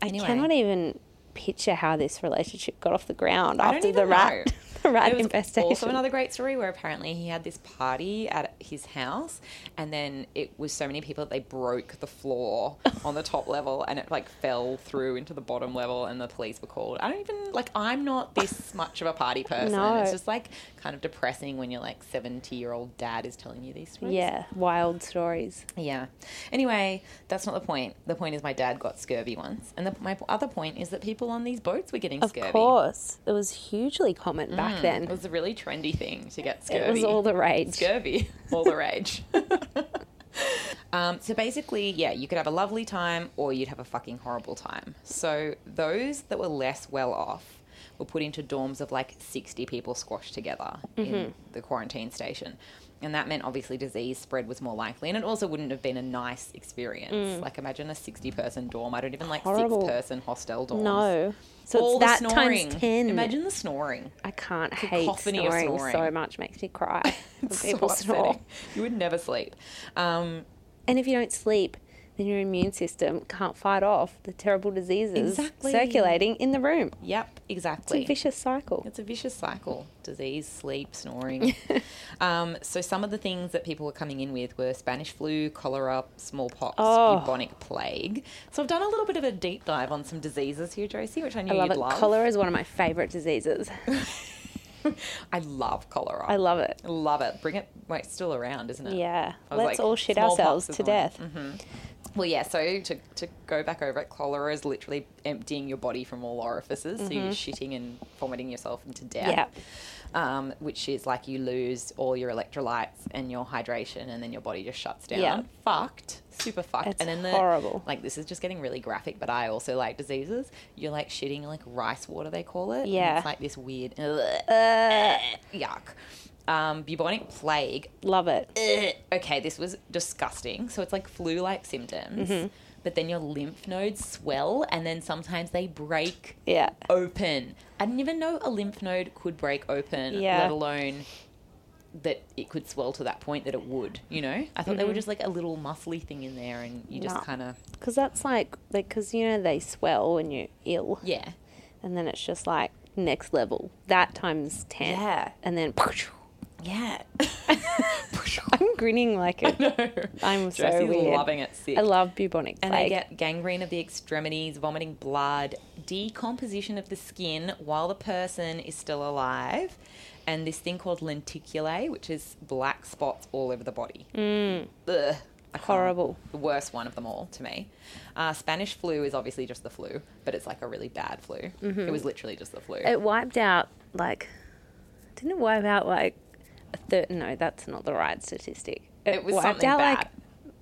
Speaker 1: I
Speaker 2: Anyway.
Speaker 1: cannot even picture how this relationship got off the ground
Speaker 2: I don't
Speaker 1: after the
Speaker 2: even
Speaker 1: rat,
Speaker 2: know.
Speaker 1: <laughs> the rat
Speaker 2: There was
Speaker 1: infestation.
Speaker 2: Also, another great story where apparently he had this party at his house, and then it was so many people that they broke
Speaker 1: <laughs>
Speaker 2: the floor on the top level, and it like fell through into the bottom level, and the police were called. I don't even like. I'm
Speaker 1: <laughs>
Speaker 2: not this much of a party person.
Speaker 1: No.
Speaker 2: It's just like kind of depressing when your like 70 year old dad is telling you these stories.
Speaker 1: yeah, wild stories.
Speaker 2: Yeah. Anyway, that's not the point. The point is my dad got scurvy once, and the, my other point is that people on these boats were getting
Speaker 1: Of
Speaker 2: scurvy. Hmm.
Speaker 1: course, it was hugely common back
Speaker 2: Mm, It
Speaker 1: then.
Speaker 2: was a really trendy thing to get scurvy.
Speaker 1: It was all the rage. <laughs>
Speaker 2: scurvy, all the rage. <laughs> um, so basically, yeah, you could have a lovely time or you'd have a fucking horrible time. So those that were less well off were put into dorms of like 60 people squashed together
Speaker 1: Mm-hmm.
Speaker 2: in the quarantine station. And that meant obviously disease spread was more likely. And it also wouldn't have been a nice experience. Like, imagine a 60 person dorm. I don't even like
Speaker 1: Mm. Horrible.
Speaker 2: six person hostel dorms.
Speaker 1: No. So
Speaker 2: All
Speaker 1: it's that
Speaker 2: the snoring.
Speaker 1: times 10.
Speaker 2: Imagine the snoring.
Speaker 1: I can't hate
Speaker 2: cacophony
Speaker 1: snoring,
Speaker 2: of
Speaker 1: so
Speaker 2: snoring.
Speaker 1: much. Makes me
Speaker 2: <laughs>
Speaker 1: cry when
Speaker 2: It's so
Speaker 1: people snore.
Speaker 2: upsetting. You would never sleep. Um,
Speaker 1: And if you don't sleep, then your immune system can't fight off the terrible diseases
Speaker 2: Exactly.
Speaker 1: circulating in the room.
Speaker 2: yep,
Speaker 1: It's
Speaker 2: exactly.
Speaker 1: a vicious cycle.
Speaker 2: It's a vicious cycle disease, sleep,
Speaker 1: <laughs>
Speaker 2: snoring. um, so, some of the things that people were coming in with were Spanish flu, cholera, smallpox,
Speaker 1: Oh.
Speaker 2: bubonic plague. So, I've done a little bit of a deep dive on some diseases here, Josie, which I knew
Speaker 1: I love
Speaker 2: you'd
Speaker 1: it.
Speaker 2: love.
Speaker 1: Cholera is one of my favorite diseases.
Speaker 2: I love cholera.
Speaker 1: I love it.
Speaker 2: love it. Bring it. Wait, it's still around, isn't it?
Speaker 1: Yeah.
Speaker 2: I was
Speaker 1: Let's
Speaker 2: like,
Speaker 1: all shit
Speaker 2: smallpox
Speaker 1: ourselves
Speaker 2: is
Speaker 1: to
Speaker 2: on. Mm-hmm.
Speaker 1: death.
Speaker 2: Well, yeah. So to, to go back over it, cholera is literally emptying your body from all orifices. So
Speaker 1: Mm-hmm.
Speaker 2: you're shitting and vomiting yourself into death. Um, which is like you lose all your electrolytes and your hydration, and then your body just shuts down.
Speaker 1: Yeah.
Speaker 2: Fucked. Super fucked.
Speaker 1: It's
Speaker 2: and then the,
Speaker 1: horrible.
Speaker 2: Like this is just getting really graphic, but I also like diseases. You're like shitting like rice water, they call it. and
Speaker 1: Yeah.
Speaker 2: it's like this weird
Speaker 1: Uh,
Speaker 2: yuck. Um, bubonic plague
Speaker 1: love
Speaker 2: <laughs>
Speaker 1: it.
Speaker 2: "Ugh, Eh. okay, this was disgusting. So it's like flu like symptoms,
Speaker 1: Mm-hmm.
Speaker 2: but then your lymph nodes swell and then sometimes they break
Speaker 1: Yeah.
Speaker 2: open. I didn't even know a lymph node could break open,
Speaker 1: Yeah.
Speaker 2: let alone that it could swell to that point that it would, you know? I thought
Speaker 1: Mm-hmm.
Speaker 2: they were just like a little muscly thing in there and you just
Speaker 1: No.
Speaker 2: kind of,
Speaker 1: Because that's like, because you know, they swell when you're ill.
Speaker 2: yeah.
Speaker 1: And then it's just like next level. That times 10.
Speaker 2: Yeah.
Speaker 1: And then <laughs>
Speaker 2: Yeah. <laughs>
Speaker 1: I'm grinning like a
Speaker 2: no.
Speaker 1: I'm so
Speaker 2: Jessie's
Speaker 1: weird.
Speaker 2: loving it sick.
Speaker 1: I love bubonic
Speaker 2: And
Speaker 1: plague.
Speaker 2: they get gangrene of the extremities, vomiting blood, decomposition of the skin while the person is still alive, and this thing called lenticulae, which is black spots all over the body. Mm. Ugh. I can't-
Speaker 1: Horrible.
Speaker 2: The worst one of them all to me. Uh, Spanish flu is obviously just the flu, but it's like a really bad flu. It was literally just the flu.
Speaker 1: Mm-hmm. It wiped out like didn't it wipe out like a third no, that's not the right statistic. It,
Speaker 2: It was
Speaker 1: wiped
Speaker 2: something
Speaker 1: out
Speaker 2: bad.
Speaker 1: like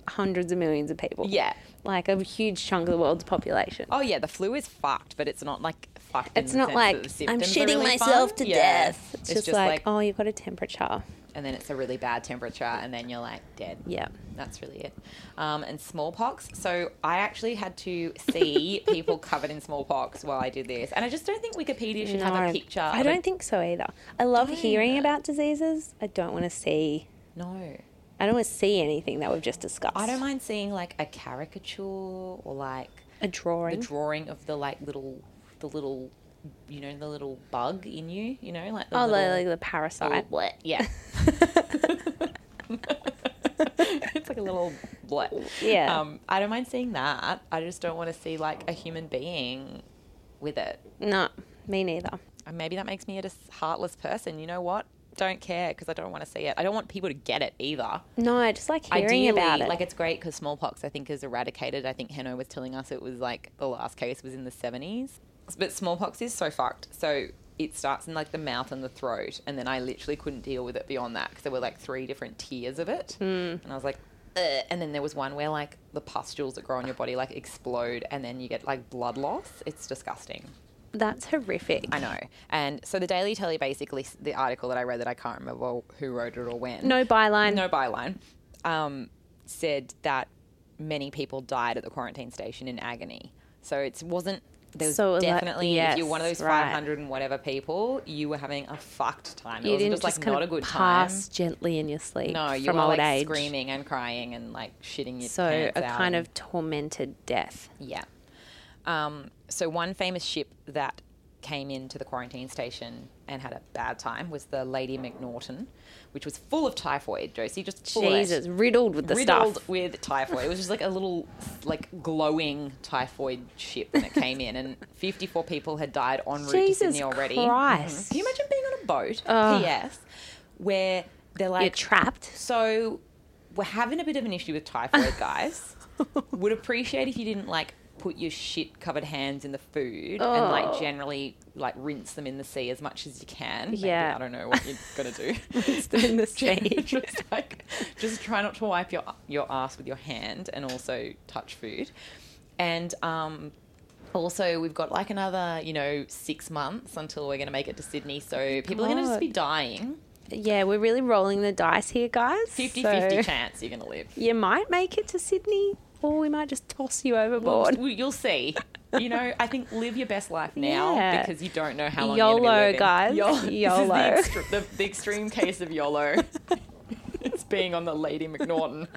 Speaker 1: hundreds of millions of people.
Speaker 2: yeah.
Speaker 1: Like a huge chunk of the world's population.
Speaker 2: Oh yeah, the flu is fucked, but it's not like fucked. in
Speaker 1: It's
Speaker 2: the
Speaker 1: not
Speaker 2: sense that
Speaker 1: like
Speaker 2: the
Speaker 1: I'm
Speaker 2: symptoms are
Speaker 1: shitting
Speaker 2: really
Speaker 1: myself
Speaker 2: fun.
Speaker 1: to
Speaker 2: Yeah.
Speaker 1: death. It's, just, like,
Speaker 2: like
Speaker 1: oh, you've got a temperature.
Speaker 2: and then it's a really bad temperature, and then you're like dead.
Speaker 1: Yeah.
Speaker 2: That's really it. Um, and smallpox. So I actually had to
Speaker 1: <laughs>
Speaker 2: see people covered in smallpox while I did this, and I just don't think Wikipedia should have a picture.
Speaker 1: I
Speaker 2: of
Speaker 1: don't
Speaker 2: A,
Speaker 1: think so either. I love hearing about diseases. I don't want to see.
Speaker 2: no,
Speaker 1: I don't want to see anything that we've just discussed.
Speaker 2: I don't mind seeing like a caricature or like
Speaker 1: a
Speaker 2: the
Speaker 1: drawing.
Speaker 2: drawing of the like little, the little, you know, the little bug in you. You know, like the
Speaker 1: oh,
Speaker 2: little,
Speaker 1: like the parasite.
Speaker 2: Bleh. Yeah. it's like a little bleh.
Speaker 1: Yeah.
Speaker 2: Um, I don't mind seeing that. I just don't want to see like a human being with it.
Speaker 1: <laughs> No, me neither.
Speaker 2: And maybe that makes me a dis- heartless person. You know what? Don't care because I don't want to see it. I don't want people to get it either.
Speaker 1: No, I just like hearing
Speaker 2: Ideally,
Speaker 1: about it.
Speaker 2: like it's great because smallpox I think is eradicated. I think Heno was telling us it was like the last case was in the seventies, but smallpox is so fucked. So it starts in like the mouth and the throat, and then I literally couldn't deal with it beyond that because there were like three different tiers of it,
Speaker 1: Hmm.
Speaker 2: and I was like. Ugh. And then there was one where like the pustules that grow on your body like explode, and then you get like blood loss. It's disgusting.
Speaker 1: That's horrific.
Speaker 2: I know. And so the Daily Telly basically the article that I read that I can't remember who wrote it or when
Speaker 1: No byline.
Speaker 2: no byline, um, said that many people died at the quarantine station in agony. So it wasn't. There was
Speaker 1: So it was like-
Speaker 2: definitely if you're one of
Speaker 1: yes,
Speaker 2: those
Speaker 1: right.
Speaker 2: 500 and whatever people, you were having a fucked time. It
Speaker 1: You
Speaker 2: wasn't
Speaker 1: didn't
Speaker 2: just,
Speaker 1: just,
Speaker 2: like
Speaker 1: kind
Speaker 2: not
Speaker 1: of
Speaker 2: a good
Speaker 1: pass gently in your sleep.
Speaker 2: time. No, you
Speaker 1: from
Speaker 2: were
Speaker 1: old
Speaker 2: like
Speaker 1: age.
Speaker 2: screaming and crying and like shitting your
Speaker 1: So
Speaker 2: pants
Speaker 1: a
Speaker 2: out
Speaker 1: kind
Speaker 2: and-
Speaker 1: of tormented death.
Speaker 2: yeah. Um, so one famous ship that came into the quarantine station and had a bad time was the Lady McNaughton, which was full of typhoid. Josie just full of it
Speaker 1: Jesus, riddled with the
Speaker 2: riddled
Speaker 1: stuff.
Speaker 2: with typhoid. It was just like a little, like glowing typhoid ship when it came in, and 54 people had died en route
Speaker 1: Jesus
Speaker 2: to Sydney already. Mm-hmm.
Speaker 1: Christ.
Speaker 2: Can you imagine being on a boat?
Speaker 1: Ugh.
Speaker 2: P.S. Where they're
Speaker 1: You're
Speaker 2: like,
Speaker 1: trapped.
Speaker 2: so we're having a bit of an issue
Speaker 1: <laughs>
Speaker 2: with typhoid, guys. Would appreciate if you didn't like put your shit covered hands in the food and like
Speaker 1: Oh.
Speaker 2: generally like rinse them in the sea as much as you can. Maybe,
Speaker 1: Yeah.
Speaker 2: I don't know what you're
Speaker 1: <laughs>
Speaker 2: gonna do.
Speaker 1: in the
Speaker 2: <laughs> just like just try not to wipe your your ass with your hand and also touch food. And um Also, we've got like another, you know, six months until we're going to make it to Sydney. So people are going to just be dying.
Speaker 1: Yeah, we're really rolling the dice here, guys.
Speaker 2: 50
Speaker 1: So
Speaker 2: 50 chance you're going to live.
Speaker 1: You might make it to Sydney, or we might just toss you overboard.
Speaker 2: Well, you'll see. You know, I think live your best life
Speaker 1: <laughs>
Speaker 2: now
Speaker 1: Yeah.
Speaker 2: because you don't know how long you're
Speaker 1: YOLO,
Speaker 2: gonna be living.
Speaker 1: guys. YOLO.
Speaker 2: <laughs> This is the, extre- the, the extreme case of YOLO. <laughs> it's being on the Lady McNaughton.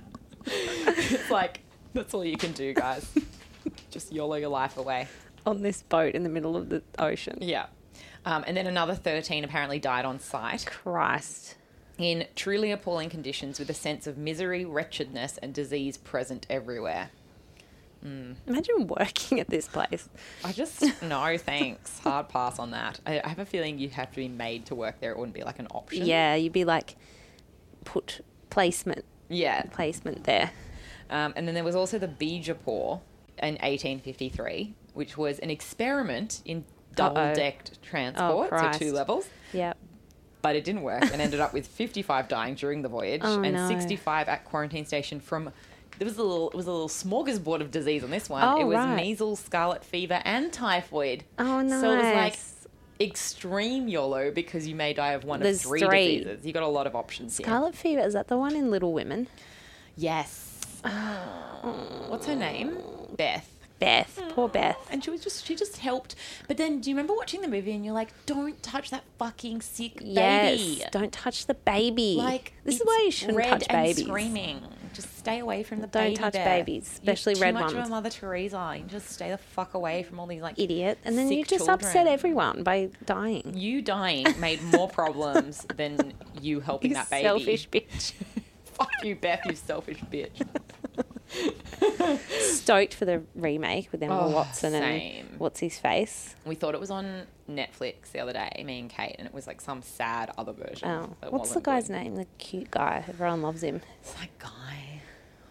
Speaker 2: it's like that's all you can do, guys. Just YOLO your life away.
Speaker 1: on this boat in the middle of the ocean.
Speaker 2: Yeah. Um, and then another 13 apparently died on site
Speaker 1: Christ.
Speaker 2: in truly appalling conditions with a sense of misery, wretchedness, and disease present everywhere.
Speaker 1: Imagine <laughs> working at this place. <laughs>
Speaker 2: I just no thanks. Hard pass on that. I, I have a feeling you have to be made to work there. It wouldn't be like an option.
Speaker 1: Yeah, you'd be like, put placement,
Speaker 2: Yeah.
Speaker 1: placement there.
Speaker 2: Um, and then there was also the Bijapur in 1853, which was an experiment in double-decked transport, so
Speaker 1: Oh, Christ.
Speaker 2: two levels.
Speaker 1: Yep.
Speaker 2: But it didn't work, and ended up with 55 dying during the voyage,
Speaker 1: Oh,
Speaker 2: and
Speaker 1: no.
Speaker 2: 65 at quarantine station from. There was a little, it was a little smorgasbord of disease on this one.
Speaker 1: Oh,
Speaker 2: it was
Speaker 1: right.
Speaker 2: measles, scarlet fever, and typhoid.
Speaker 1: Oh, nice.
Speaker 2: So it was like extreme YOLO because you may die of one
Speaker 1: There's
Speaker 2: of three,
Speaker 1: three.
Speaker 2: diseases. You got a lot of options here.
Speaker 1: Scarlet Fever, is that the one in Little Women?
Speaker 2: Yes. What's her name? Beth.
Speaker 1: Beth, poor Beth.
Speaker 2: And she was just she just helped. But then do you remember watching the movie and you're like, don't touch that fucking sick baby.
Speaker 1: Yes, don't touch the baby.
Speaker 2: Like
Speaker 1: this is
Speaker 2: it's
Speaker 1: why you shouldn't
Speaker 2: red
Speaker 1: touch
Speaker 2: and
Speaker 1: babies.
Speaker 2: Screaming. Just stay away from the
Speaker 1: Don't
Speaker 2: baby.
Speaker 1: touch
Speaker 2: Beth.
Speaker 1: babies,
Speaker 2: You're
Speaker 1: especially
Speaker 2: too
Speaker 1: red
Speaker 2: much Of
Speaker 1: ones.
Speaker 2: a Mother Teresa. You just stay the fuck away from all these like
Speaker 1: Idiot, and then
Speaker 2: sick
Speaker 1: you just upset
Speaker 2: children.
Speaker 1: everyone by dying.
Speaker 2: You dying
Speaker 1: <laughs>
Speaker 2: made more problems than you helping
Speaker 1: You
Speaker 2: that
Speaker 1: <laughs>
Speaker 2: baby.
Speaker 1: selfish bitch.
Speaker 2: <laughs> Fuck you, Beth, you selfish bitch.
Speaker 1: Stoked for the remake with Emma
Speaker 2: Oh,
Speaker 1: Watson
Speaker 2: same.
Speaker 1: and what's his face?
Speaker 2: We thought it was on Netflix the other day, me and Kate, and it was like some sad other version.
Speaker 1: Oh,
Speaker 2: that
Speaker 1: what's the
Speaker 2: wasn't
Speaker 1: guy's
Speaker 2: good.
Speaker 1: name? The cute guy. Everyone loves him.
Speaker 2: It's like Guy.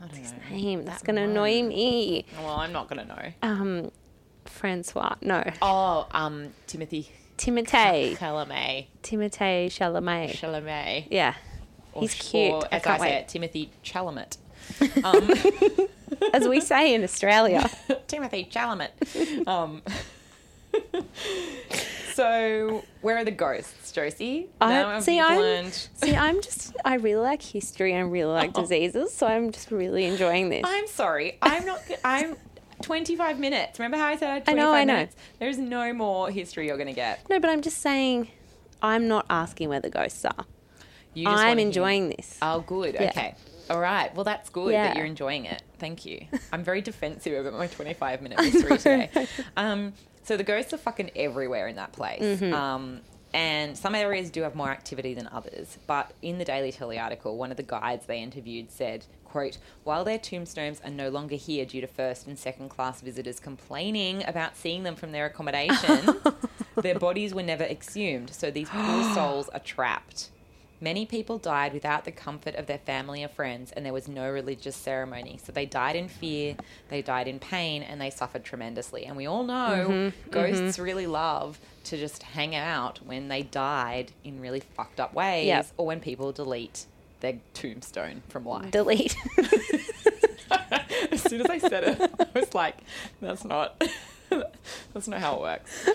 Speaker 2: I don't know.
Speaker 1: Name that's going to annoy me.
Speaker 2: Well, I'm not gonna know.
Speaker 1: Um, Francois. No,
Speaker 2: Oh, um, Timothy <laughs>
Speaker 1: Timothée.
Speaker 2: Chalamet.
Speaker 1: Timothée Chalamet.
Speaker 2: Chalamet.
Speaker 1: Yeah,
Speaker 2: Or-
Speaker 1: he's cute.
Speaker 2: Or,
Speaker 1: I
Speaker 2: as I,
Speaker 1: can't
Speaker 2: say
Speaker 1: wait.
Speaker 2: it, Timothy
Speaker 1: <laughs>
Speaker 2: Chalamet. <laughs> Um,
Speaker 1: as we say in
Speaker 2: <laughs>
Speaker 1: Australia.
Speaker 2: Timothy Chalamet. Um, <laughs> so, where are the ghosts, Josie? Now
Speaker 1: I
Speaker 2: I'm
Speaker 1: see. I'm
Speaker 2: learned-
Speaker 1: <laughs> see. I'm just. I really like history and I really like
Speaker 2: Oh.
Speaker 1: diseases, so I'm just really enjoying this.
Speaker 2: <laughs> I'm sorry. I'm not. I'm 25 minutes. Remember how I said I had
Speaker 1: I
Speaker 2: 25
Speaker 1: know, I know.
Speaker 2: minutes? There's no more history you're going to get.
Speaker 1: no, but I'm just saying, I'm not asking where the ghosts are.
Speaker 2: You just
Speaker 1: I'm
Speaker 2: wanna hear-
Speaker 1: enjoying this.
Speaker 2: Oh, good.
Speaker 1: Yeah.
Speaker 2: Okay. All right. Well, that's good
Speaker 1: Yeah.
Speaker 2: that you're enjoying it.
Speaker 1: <laughs>
Speaker 2: Thank you. I'm very defensive about my 25 minute history today. Um, so the ghosts are fucking everywhere in that place.
Speaker 1: Mm-hmm.
Speaker 2: Um, and some areas do have more activity than others. But in the Daily Telly article, one of the guides they interviewed said, quote, while their tombstones are no longer here due to first and second class visitors complaining about seeing them from their
Speaker 1: <laughs>
Speaker 2: accommodation, their bodies were never exhumed. So these
Speaker 1: <gasps>
Speaker 2: poor souls are trapped. Many people died without the comfort of their family or friends, and there was no religious ceremony. So they died in fear, they died in pain, and they suffered tremendously. And we all know ghosts really love to just hang out when they died in really fucked up ways
Speaker 1: Yep.
Speaker 2: or when people delete their tombstone from life. <laughs>
Speaker 1: Delete.
Speaker 2: as soon as I said it, I was like, that's not. <laughs> That's not how it works.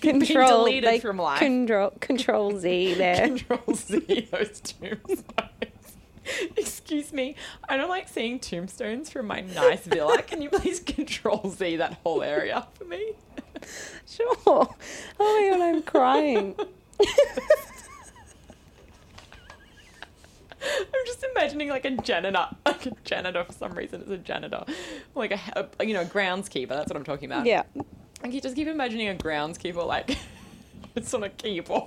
Speaker 1: control.
Speaker 2: deleted
Speaker 1: they
Speaker 2: from life.
Speaker 1: Control. Control Z.
Speaker 2: <laughs>
Speaker 1: There. <laughs>
Speaker 2: Control Z those tombstones. <laughs> Excuse me, I don't like seeing tombstones from my nice villa. Can you please Control Z that whole area for me?
Speaker 1: sure. Oh my god, I'm
Speaker 2: <laughs>
Speaker 1: crying.
Speaker 2: I'm just imagining like a janitor, <laughs> like a janitor for some reason. It's a janitor, like a, a you know groundskeeper. That's what I'm talking about.
Speaker 1: yeah.
Speaker 2: I can just keep imagining a groundskeeper like <laughs> it's on a keyboard,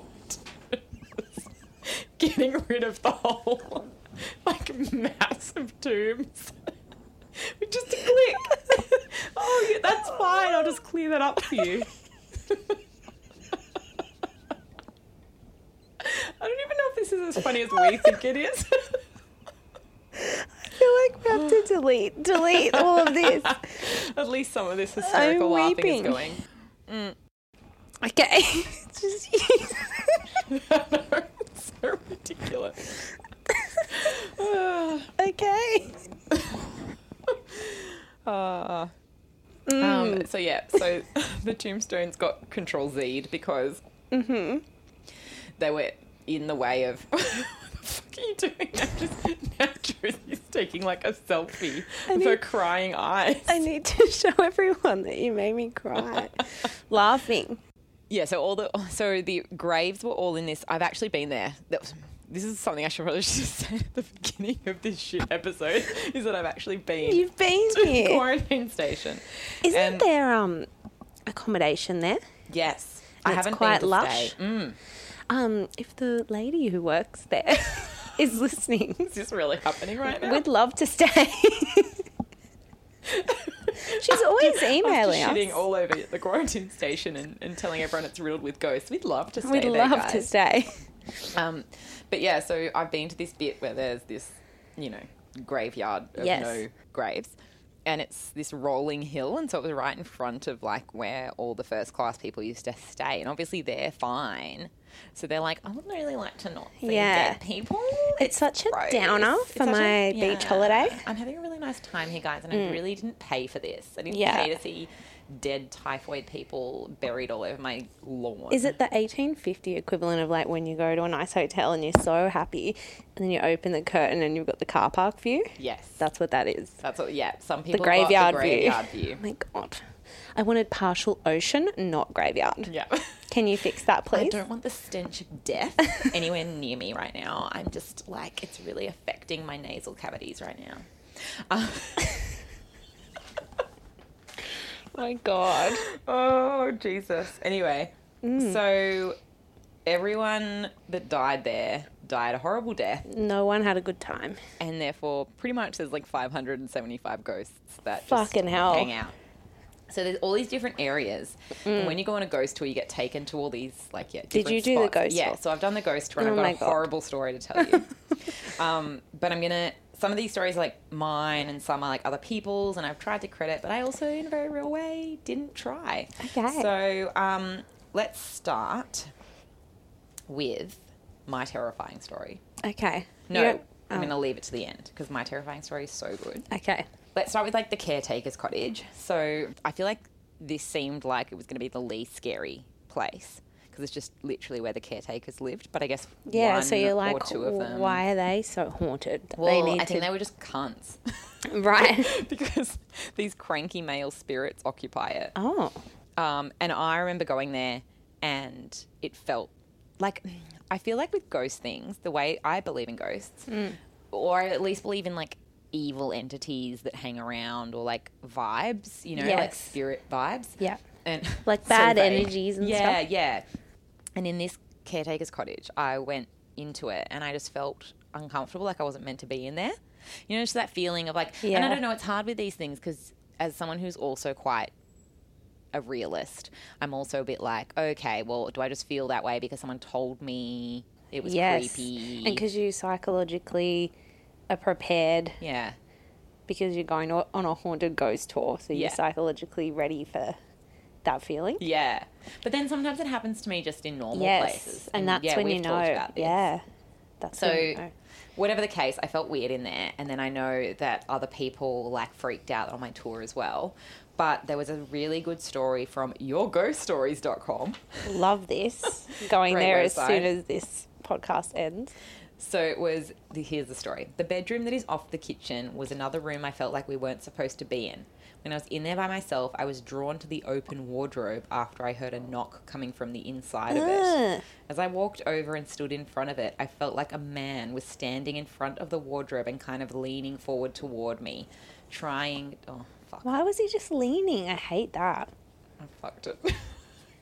Speaker 2: <laughs> getting rid of the whole <laughs> like mass of tombs. <laughs> With just a click. <laughs> oh, yeah, that's fine. I'll just clear that up for you. <laughs> I don't even know if this is as funny as we think it is.
Speaker 1: I feel like we have to delete, delete <laughs> all of this.
Speaker 2: <laughs> At least some of this hysterical laughing
Speaker 1: weeping.
Speaker 2: is going. <laughs>
Speaker 1: Okay. It's <laughs> just
Speaker 2: it's so ridiculous. Ah.
Speaker 1: okay.
Speaker 2: Ah.
Speaker 1: Mm.
Speaker 2: Um, so yeah, so <laughs> the tombstones got control Z'd because they were in the way of. <laughs> what the fuck are you doing? I'm just now Josie's taking like a selfie of her
Speaker 1: need-
Speaker 2: crying eyes.
Speaker 1: I need to <laughs> show everyone that you made me
Speaker 2: <laughs>
Speaker 1: cry. Laughing.
Speaker 2: Yeah, so all the so the graves were all in this. I've actually been there. That was- this is something I should probably <laughs> just say at the beginning of this shit episode is that I've actually been
Speaker 1: You've <laughs> been
Speaker 2: <laughs> to the
Speaker 1: here.
Speaker 2: quarantine station.
Speaker 1: Isn't
Speaker 2: and-
Speaker 1: there um accommodation there?
Speaker 2: Yes, I
Speaker 1: It's
Speaker 2: haven't
Speaker 1: quite
Speaker 2: been to
Speaker 1: lush.
Speaker 2: Stay. Mm, <laughs>
Speaker 1: Um, if the lady who works there <laughs> is listening,
Speaker 2: <laughs> is this really happening right now? <laughs>
Speaker 1: we'd love to stay. She's always emailing
Speaker 2: After shitting
Speaker 1: us.
Speaker 2: all over the quarantine station and, and telling everyone it's riddled with ghosts. We'd love to
Speaker 1: <laughs>
Speaker 2: stay
Speaker 1: We'd
Speaker 2: there,
Speaker 1: love
Speaker 2: guys.
Speaker 1: to stay.
Speaker 2: Um, but yeah, so I've been to this bit where there's this, you know, graveyard of
Speaker 1: Yes.
Speaker 2: no graves. And it's this rolling hill, and so it was right in front of like where all the first class people used to stay. And obviously they're fine, so they're like, I would really like to not see
Speaker 1: Yeah.
Speaker 2: dead people.
Speaker 1: It's such a
Speaker 2: gross.
Speaker 1: downer
Speaker 2: It's
Speaker 1: for
Speaker 2: such a-
Speaker 1: my beach holiday. Mm.
Speaker 2: I'm having a really nice time here, guys, and I really didn't pay for this. I didn't
Speaker 1: Yeah.
Speaker 2: pay to see dead typhoid people buried all over my lawn.
Speaker 1: Is it the 1850 equivalent of like when you go to a nice hotel and you're so happy and then you open the curtain and you've got the car park view?
Speaker 2: Yes.
Speaker 1: That's what that is.
Speaker 2: That's what, yeah. Some people
Speaker 1: graveyard
Speaker 2: graveyard
Speaker 1: view.
Speaker 2: the graveyard view.
Speaker 1: Oh my god. I wanted partial ocean, not graveyard.
Speaker 2: Yeah.
Speaker 1: <laughs> Can you fix that,
Speaker 2: I
Speaker 1: please?
Speaker 2: don't want the stench of death
Speaker 1: <laughs>
Speaker 2: anywhere near me right now. I'm just like it's really affecting my nasal cavities right now. <laughs> Um,
Speaker 1: my god.
Speaker 2: oh Jesus! Anyway,
Speaker 1: Mm.
Speaker 2: so everyone that died there died a horrible death,
Speaker 1: No one had a good time.
Speaker 2: and therefore pretty much there's like 575 ghosts that
Speaker 1: Fucking
Speaker 2: just
Speaker 1: hell.
Speaker 2: hang out. So there's all these different areas, and when you go on a ghost tour, you get taken to all these like yeah.
Speaker 1: Did
Speaker 2: different
Speaker 1: you do the
Speaker 2: spots.
Speaker 1: ghost
Speaker 2: Yeah,
Speaker 1: tour?
Speaker 2: so I've done the ghost tour, and
Speaker 1: Oh my
Speaker 2: I've got
Speaker 1: God.
Speaker 2: a horrible story to
Speaker 1: <laughs>
Speaker 2: tell you. um, but I'm gonna some of these stories are like mine, and some are like other people's, and I've tried to credit, but I also in a very real way didn't try.
Speaker 1: Okay.
Speaker 2: So um, let's start with my terrifying story.
Speaker 1: Okay. You
Speaker 2: No,
Speaker 1: don't-
Speaker 2: I'm
Speaker 1: oh,
Speaker 2: going to leave it to the end because my terrifying story is so good.
Speaker 1: Okay.
Speaker 2: Let's start with like the caretaker's cottage. So I feel like this seemed like it was going to be the least scary place because it's just literally where the caretakers lived. But I guess
Speaker 1: Yeah,
Speaker 2: one
Speaker 1: so you're
Speaker 2: or
Speaker 1: like,
Speaker 2: two of them.
Speaker 1: why are they so haunted? that
Speaker 2: Well,
Speaker 1: they need
Speaker 2: I think
Speaker 1: to.
Speaker 2: they were just cunts <laughs>
Speaker 1: <laughs> Right.
Speaker 2: because these cranky male spirits occupy it.
Speaker 1: Oh.
Speaker 2: Um, and I remember going there and it felt like I feel like with ghost things, the way I believe in ghosts, or I at least believe in like evil entities that hang around or like vibes, you know, like
Speaker 1: Yes.
Speaker 2: spirit vibes.
Speaker 1: Yeah.
Speaker 2: And
Speaker 1: Like
Speaker 2: <laughs> so
Speaker 1: bad
Speaker 2: vague.
Speaker 1: energies and
Speaker 2: yeah,
Speaker 1: stuff.
Speaker 2: Yeah, And in this caretaker's cottage, I went into it and I just felt uncomfortable, like I wasn't meant to be in there. You know, just that feeling of like, and I
Speaker 1: Yeah.
Speaker 2: don't know, it's hard with these things because as someone who's also quite a realist, I'm also a bit like, okay, well, do I just feel that way because someone told me it was
Speaker 1: Yes.
Speaker 2: creepy?
Speaker 1: And because you psychologically are prepared
Speaker 2: yeah.
Speaker 1: because you're going o- on a haunted ghost tour, so
Speaker 2: Yeah.
Speaker 1: you're psychologically ready for that feeling.
Speaker 2: Yeah. But then sometimes it happens to me just in normal places.
Speaker 1: Yes, and that's
Speaker 2: yeah,
Speaker 1: when you
Speaker 2: we've talked
Speaker 1: know.
Speaker 2: about this.
Speaker 1: Yeah, that's
Speaker 2: So,
Speaker 1: when you know.
Speaker 2: whatever the case, I felt weird in there, and then I know that other people like freaked out on my tour as well. But there was a really good story from yourghoststories.com.
Speaker 1: Love
Speaker 2: <laughs>
Speaker 1: this. Going
Speaker 2: Great
Speaker 1: there as
Speaker 2: website.
Speaker 1: soon as this podcast ends.
Speaker 2: So it was the, here's the story. The bedroom that is off the kitchen was another room I felt like we weren't supposed to be in. When I was in there by myself, I was drawn to the open wardrobe after I heard a knock coming from the inside of it.
Speaker 1: Ugh.
Speaker 2: As I walked over and stood in front of it, I felt like a man was standing in front of the wardrobe and kind of leaning forward toward me, trying. Oh, fuck.
Speaker 1: Why was he just leaning? I hate that.
Speaker 2: I fucked it. <laughs>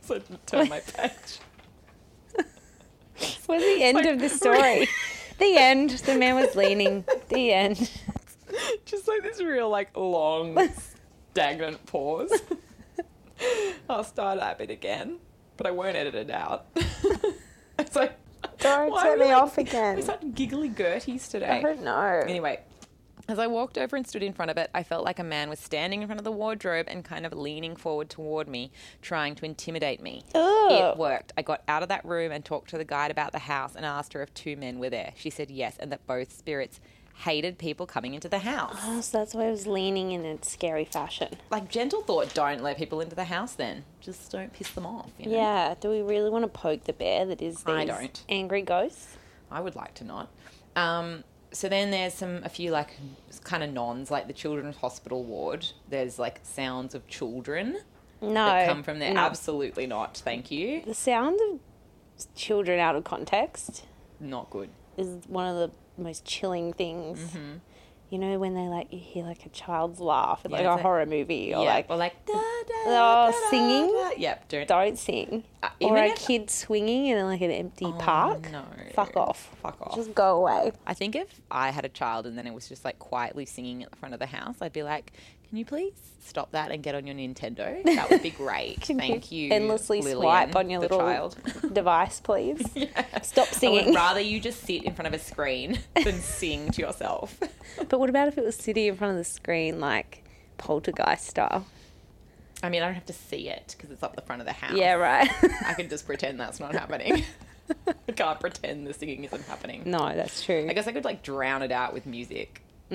Speaker 2: so I didn't
Speaker 1: <laughs>
Speaker 2: turn my page.
Speaker 1: Was the end
Speaker 2: <laughs> like-
Speaker 1: of <laughs> the story? the end. The man was leaning. <laughs> The end.
Speaker 2: Just like this real, like, long, stagnant
Speaker 1: <laughs>
Speaker 2: pause. I'll start that bit again, but I won't edit
Speaker 1: <laughs>
Speaker 2: it out. <laughs> it's like,
Speaker 1: Don't
Speaker 2: why
Speaker 1: set
Speaker 2: are we,
Speaker 1: me
Speaker 2: like-
Speaker 1: off again.
Speaker 2: <laughs> We're such giggly gerties today.
Speaker 1: I don't know.
Speaker 2: Anyway, as I walked over and stood in front of it, I felt like a man was standing in front of the wardrobe and kind of leaning forward toward me, trying to intimidate me. It
Speaker 1: Ugh.
Speaker 2: worked. I got out of that room and talked to the guide about the house and asked her if two men were there. She said yes and that both spirits hated people coming into the house.
Speaker 1: <gasps> Oh, so that's why I was leaning in a scary fashion.
Speaker 2: Like gentle thought, don't let people into the house. Then just don't piss them off. You know?
Speaker 1: Yeah. Do we really want to poke the bear that is these
Speaker 2: I don't.
Speaker 1: angry ghosts?
Speaker 2: I would like to not. Um, so then there's some a few like kind of nons like the children's hospital ward. There's like sounds of children
Speaker 1: No.
Speaker 2: that come from there.
Speaker 1: no.
Speaker 2: Absolutely not. Thank you.
Speaker 1: the sound of children out of context
Speaker 2: Not good.
Speaker 1: is one of the most chilling things. You know when they like you hear like a child's laugh, in,
Speaker 2: Yeah,
Speaker 1: like a
Speaker 2: it's like-
Speaker 1: horror movie, or
Speaker 2: yeah.
Speaker 1: like
Speaker 2: or like da, da,
Speaker 1: Oh, singing?
Speaker 2: Yep. Don't.
Speaker 1: don't sing,
Speaker 2: Uh,
Speaker 1: or
Speaker 2: even
Speaker 1: a
Speaker 2: if-
Speaker 1: kid swinging in like an empty
Speaker 2: Oh,
Speaker 1: park.
Speaker 2: No. Oh.
Speaker 1: Fuck off.
Speaker 2: Fuck off.
Speaker 1: Just go away. <laughs>
Speaker 2: I think if I had a child and then it was just like quietly singing at the front of the house, I'd be like, "Can you please stop that and get on your Nintendo? That <laughs> would be great.
Speaker 1: Can
Speaker 2: Thank you."
Speaker 1: Endlessly
Speaker 2: Lillian,
Speaker 1: swipe on your
Speaker 2: the
Speaker 1: little
Speaker 2: child.
Speaker 1: <laughs>
Speaker 2: <laughs>
Speaker 1: device, please.
Speaker 2: Yeah.
Speaker 1: Stop
Speaker 2: I
Speaker 1: singing. <laughs>
Speaker 2: would rather you just sit in front of a screen <laughs> than sing to yourself.
Speaker 1: But what about if it was sitting in front of the screen, like poltergeist style?
Speaker 2: I mean, I don't have to see it because it's up the front of the house.
Speaker 1: Yeah, right.
Speaker 2: I
Speaker 1: <laughs>
Speaker 2: can just pretend that's not happening. <laughs> I can't pretend the singing isn't happening.
Speaker 1: no, that's true.
Speaker 2: I guess I could like drown it out with music. <laughs>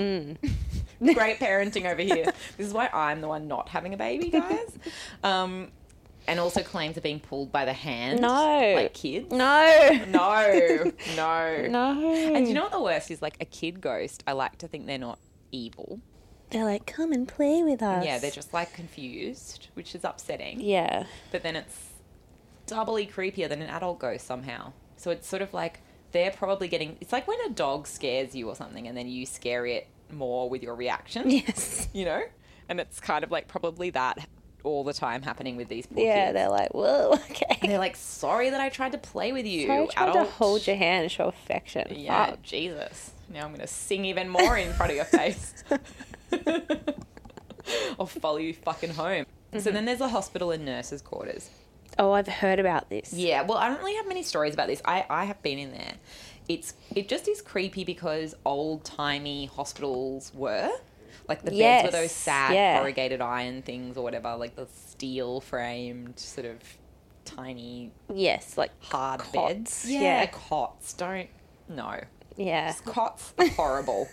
Speaker 2: Great parenting over here. This is why I'm the one not having a baby, guys. Um, and also claims of being pulled by the hand.
Speaker 1: No.
Speaker 2: Like kids.
Speaker 1: No. <laughs>
Speaker 2: No. No.
Speaker 1: No.
Speaker 2: And do you know what the worst is? Like a kid ghost, I like to think they're not evil.
Speaker 1: They're like, come and play with us.
Speaker 2: Yeah, they're just like confused, which is upsetting.
Speaker 1: Yeah. <laughs>
Speaker 2: But then it's doubly creepier than an adult ghost somehow. So it's sort of like they're probably getting. It's like when a dog scares you or something, and then you scare it more with your reaction,
Speaker 1: Yes.
Speaker 2: you know? And it's kind of like probably that all the time happening with these poor
Speaker 1: Yeah,
Speaker 2: kids.
Speaker 1: they're like, whoa, <laughs> okay.
Speaker 2: They're like, sorry that I tried to play with you.
Speaker 1: Sorry I tried
Speaker 2: adult."
Speaker 1: to hold your hand and show affection.
Speaker 2: Yeah,
Speaker 1: Fuck.
Speaker 2: Jesus. Now I'm going to sing even more in front of your
Speaker 1: <laughs>
Speaker 2: face. <laughs> I'll follow you fucking home.
Speaker 1: Mm-hmm.
Speaker 2: So then there's a hospital and nurses' quarters.
Speaker 1: Oh, I've heard about this.
Speaker 2: Yeah, well, I don't really have many stories about this. I, I have been in there. It's it just is creepy because old timey hospitals were like the beds were those
Speaker 1: Yes,
Speaker 2: sad
Speaker 1: yeah.
Speaker 2: corrugated iron things or whatever, like the steel framed sort of tiny
Speaker 1: Yes, like
Speaker 2: hard
Speaker 1: Cots,
Speaker 2: beds.
Speaker 1: yeah.
Speaker 2: cots. Don't
Speaker 1: <laughs>
Speaker 2: no
Speaker 1: yeah.
Speaker 2: cots. Are
Speaker 1: <laughs>
Speaker 2: horrible.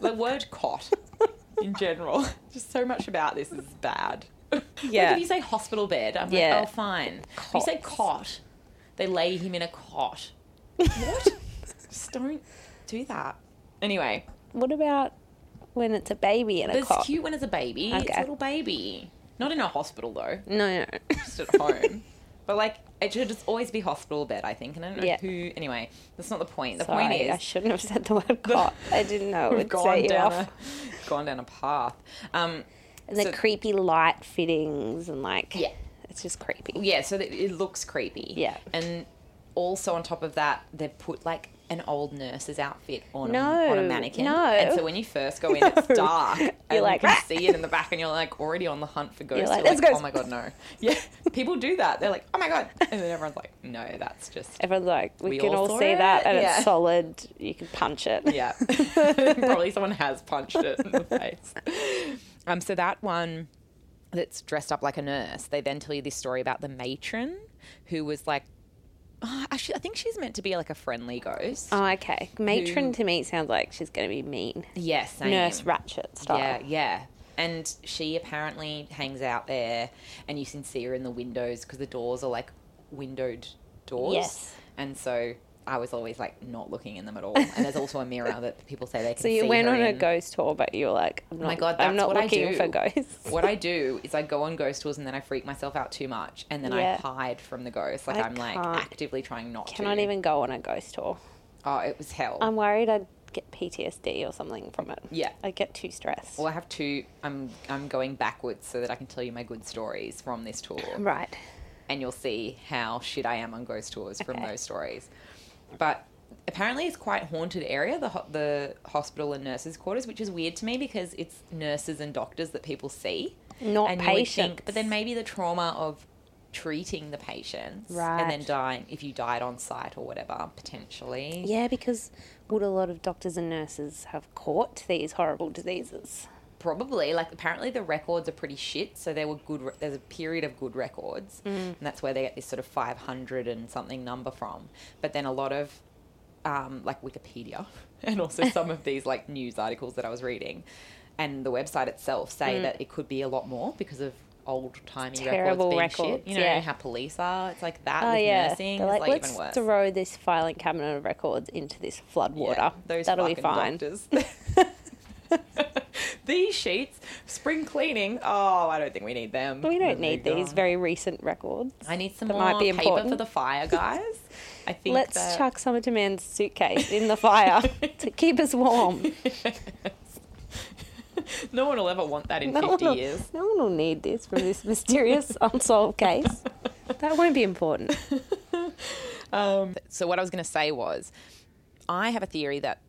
Speaker 2: the word cot in general. <laughs> Just so much about this is bad. <laughs>
Speaker 1: Yeah.
Speaker 2: Like if you say hospital bed, I'm
Speaker 1: Yeah.
Speaker 2: like, oh, fine. If you say
Speaker 1: Cots.
Speaker 2: cot, they lay him in a cot. What? <laughs> Just don't do that. Anyway,
Speaker 1: What about when it's a baby and a
Speaker 2: it's
Speaker 1: cot?
Speaker 2: cute when it's a baby. It's
Speaker 1: Okay.
Speaker 2: a little baby. Not in a hospital though,
Speaker 1: No, no.
Speaker 2: just <laughs> at home. but like, it should just always be hospital bed, I think. And I don't know
Speaker 1: Yeah.
Speaker 2: who. Anyway, that's not the point. The
Speaker 1: <laughs> Sorry,
Speaker 2: point is,
Speaker 1: I shouldn't have said the
Speaker 2: <laughs>
Speaker 1: word cot. I didn't know it
Speaker 2: we've
Speaker 1: would
Speaker 2: gone
Speaker 1: set you
Speaker 2: down,
Speaker 1: off.
Speaker 2: a, gone down a <laughs> path. Um,
Speaker 1: And the
Speaker 2: so-
Speaker 1: creepy light fittings and like,
Speaker 2: Yeah.
Speaker 1: it's just creepy.
Speaker 2: yeah, so that it looks creepy.
Speaker 1: Yeah.
Speaker 2: And also on top of that, they've put like an old nurse's outfit on, a,
Speaker 1: No,
Speaker 2: on a mannequin.
Speaker 1: no.
Speaker 2: And so when you first go in,
Speaker 1: <laughs>
Speaker 2: it's
Speaker 1: No.
Speaker 2: dark.
Speaker 1: You're
Speaker 2: and
Speaker 1: like,
Speaker 2: you
Speaker 1: "Ah."
Speaker 2: can see it in the back and you're like already on the hunt for ghosts.
Speaker 1: You're like,
Speaker 2: You're
Speaker 1: "There's
Speaker 2: like,
Speaker 1: ghosts."
Speaker 2: oh my God, no. Yeah. People do that. They're like, oh my God. And then everyone's like, no, that's just,
Speaker 1: Everyone's like, we,
Speaker 2: We
Speaker 1: can all,
Speaker 2: all saw
Speaker 1: see that
Speaker 2: it,
Speaker 1: and
Speaker 2: yeah.
Speaker 1: it's solid. You can punch it.
Speaker 2: yeah. <laughs> Probably someone has punched it in the face. Um, so that one that's dressed up like a nurse, they then tell you this story about the matron who was like, oh, I, sh- I think she's meant to be like a friendly ghost.
Speaker 1: Oh, okay. Matron
Speaker 2: Who-
Speaker 1: to me sounds like she's going to be mean.
Speaker 2: Yes, same.
Speaker 1: Nurse Ratchet style.
Speaker 2: Yeah, yeah. And she apparently hangs out there, and you can see her in the windows because the doors are like windowed doors.
Speaker 1: Yes.
Speaker 2: And so I was always like not looking in them <laughs> at all. And there's also a mirror that people say they can
Speaker 1: So
Speaker 2: see.
Speaker 1: you went
Speaker 2: her
Speaker 1: on a
Speaker 2: in. Oh
Speaker 1: ghost tour, but you were like, I'm not,
Speaker 2: my God,
Speaker 1: I'm
Speaker 2: that's
Speaker 1: not
Speaker 2: what I
Speaker 1: looking
Speaker 2: do.
Speaker 1: for ghosts. <laughs>
Speaker 2: What I do is I go on ghost tours and then I freak myself out too much and then
Speaker 1: Yeah.
Speaker 2: I hide from the ghost. Like
Speaker 1: I
Speaker 2: I am like
Speaker 1: can't-
Speaker 2: actively trying not to.
Speaker 1: Cannot even Um, go on a ghost tour.
Speaker 2: Oh, it was hell.
Speaker 1: I'm worried I'd get PTSD or something from it.
Speaker 2: Yeah.
Speaker 1: I'd get too stressed.
Speaker 2: well, I have two. I'm I'm going backwards so that I can tell you my good stories from this tour,
Speaker 1: Right.
Speaker 2: and you'll see how shit I am on ghost tours from
Speaker 1: Okay.
Speaker 2: those stories. But apparently, it's quite haunted area the ho- the hospital and nurses quarters, which is weird to me because it's nurses and doctors that people see.
Speaker 1: Not
Speaker 2: and you would
Speaker 1: patient.
Speaker 2: think- but then maybe the trauma of treating the patients and then
Speaker 1: Right.
Speaker 2: dying if you died on site or whatever potentially
Speaker 1: Yeah, because would a lot of doctors and nurses have caught these horrible diseases?
Speaker 2: probably like apparently the records are pretty shit so there were good re- there's a period of good records
Speaker 1: Mm-hmm.
Speaker 2: and that's where they get this sort of 500 and something number from but then a lot of um, like wikipedia <laughs> and
Speaker 1: <laughs>
Speaker 2: also some of these like news articles that I was reading and the website itself
Speaker 1: Mm.
Speaker 2: say that it could be a lot more because of old timey
Speaker 1: Terrible
Speaker 2: records being
Speaker 1: records,
Speaker 2: shit. You know
Speaker 1: yeah.
Speaker 2: how police are. It's like that
Speaker 1: Oh
Speaker 2: with
Speaker 1: yeah,
Speaker 2: nursing.
Speaker 1: they're
Speaker 2: it's
Speaker 1: like,
Speaker 2: like
Speaker 1: let's
Speaker 2: even worse.
Speaker 1: throw this filing cabinet of records into this flood
Speaker 2: Yeah,
Speaker 1: water.
Speaker 2: those
Speaker 1: That'll be
Speaker 2: fucking
Speaker 1: fine. <laughs>
Speaker 2: doctors. <laughs> These sheets, spring cleaning. Oh, I don't think we need them.
Speaker 1: We
Speaker 2: They're
Speaker 1: don't need
Speaker 2: moved
Speaker 1: these
Speaker 2: on.
Speaker 1: very recent records.
Speaker 2: I need some
Speaker 1: that
Speaker 2: more
Speaker 1: might be
Speaker 2: paper for
Speaker 1: important.
Speaker 2: the fire, guys. I think
Speaker 1: Let's
Speaker 2: that...
Speaker 1: chuck Summerton Man's suitcase in the fire to keep us warm.
Speaker 2: no one will ever want that
Speaker 1: <laughs>
Speaker 2: in
Speaker 1: No one,
Speaker 2: 50
Speaker 1: will,
Speaker 2: years.
Speaker 1: no one will need this from this mysterious unsolved case. That won't be important.
Speaker 2: Um, so what I was going to say was, I have a theory that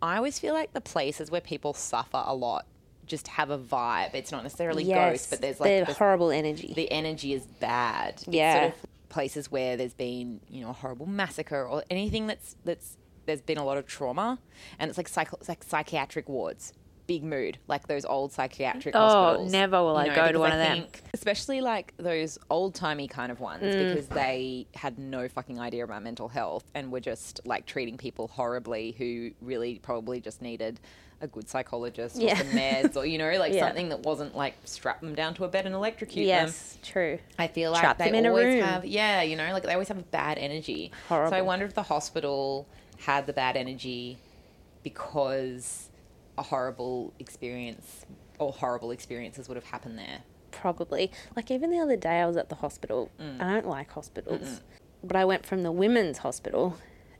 Speaker 2: I always feel like the places where people suffer a lot just have a vibe. It's not necessarily ghosts, but there's
Speaker 1: the
Speaker 2: like this,
Speaker 1: horrible energy.
Speaker 2: the energy is bad.
Speaker 1: Yeah.
Speaker 2: It's sort of places where there's been you know a horrible massacre or anything that's that's there's been a lot of trauma, and it's like psycho- it's like psychiatric wards. Big mood, like those old psychiatric
Speaker 1: Oh,
Speaker 2: hospitals.
Speaker 1: never will I go to
Speaker 2: because
Speaker 1: one of them.
Speaker 2: think- especially like those old timey kind of ones,
Speaker 1: Mm.
Speaker 2: because they had no fucking idea about mental health and were just like treating people horribly who really probably just needed a good psychologist
Speaker 1: Yeah.
Speaker 2: or some meds or you know like
Speaker 1: <laughs> Yeah.
Speaker 2: something that wasn't like strap them down to a bed and electrocute them.
Speaker 1: yes, true.
Speaker 2: I feel like
Speaker 1: Trap
Speaker 2: they
Speaker 1: them in a
Speaker 2: always
Speaker 1: room.
Speaker 2: have, yeah, you know, like they always have a bad energy. So I
Speaker 1: Horrible.
Speaker 2: wonder if the hospital had the bad energy because a horrible experience or horrible experiences would have happened there.
Speaker 1: Probably. Like even the other day I was at the hospital. I don't like hospitals. But I went from the women's hospital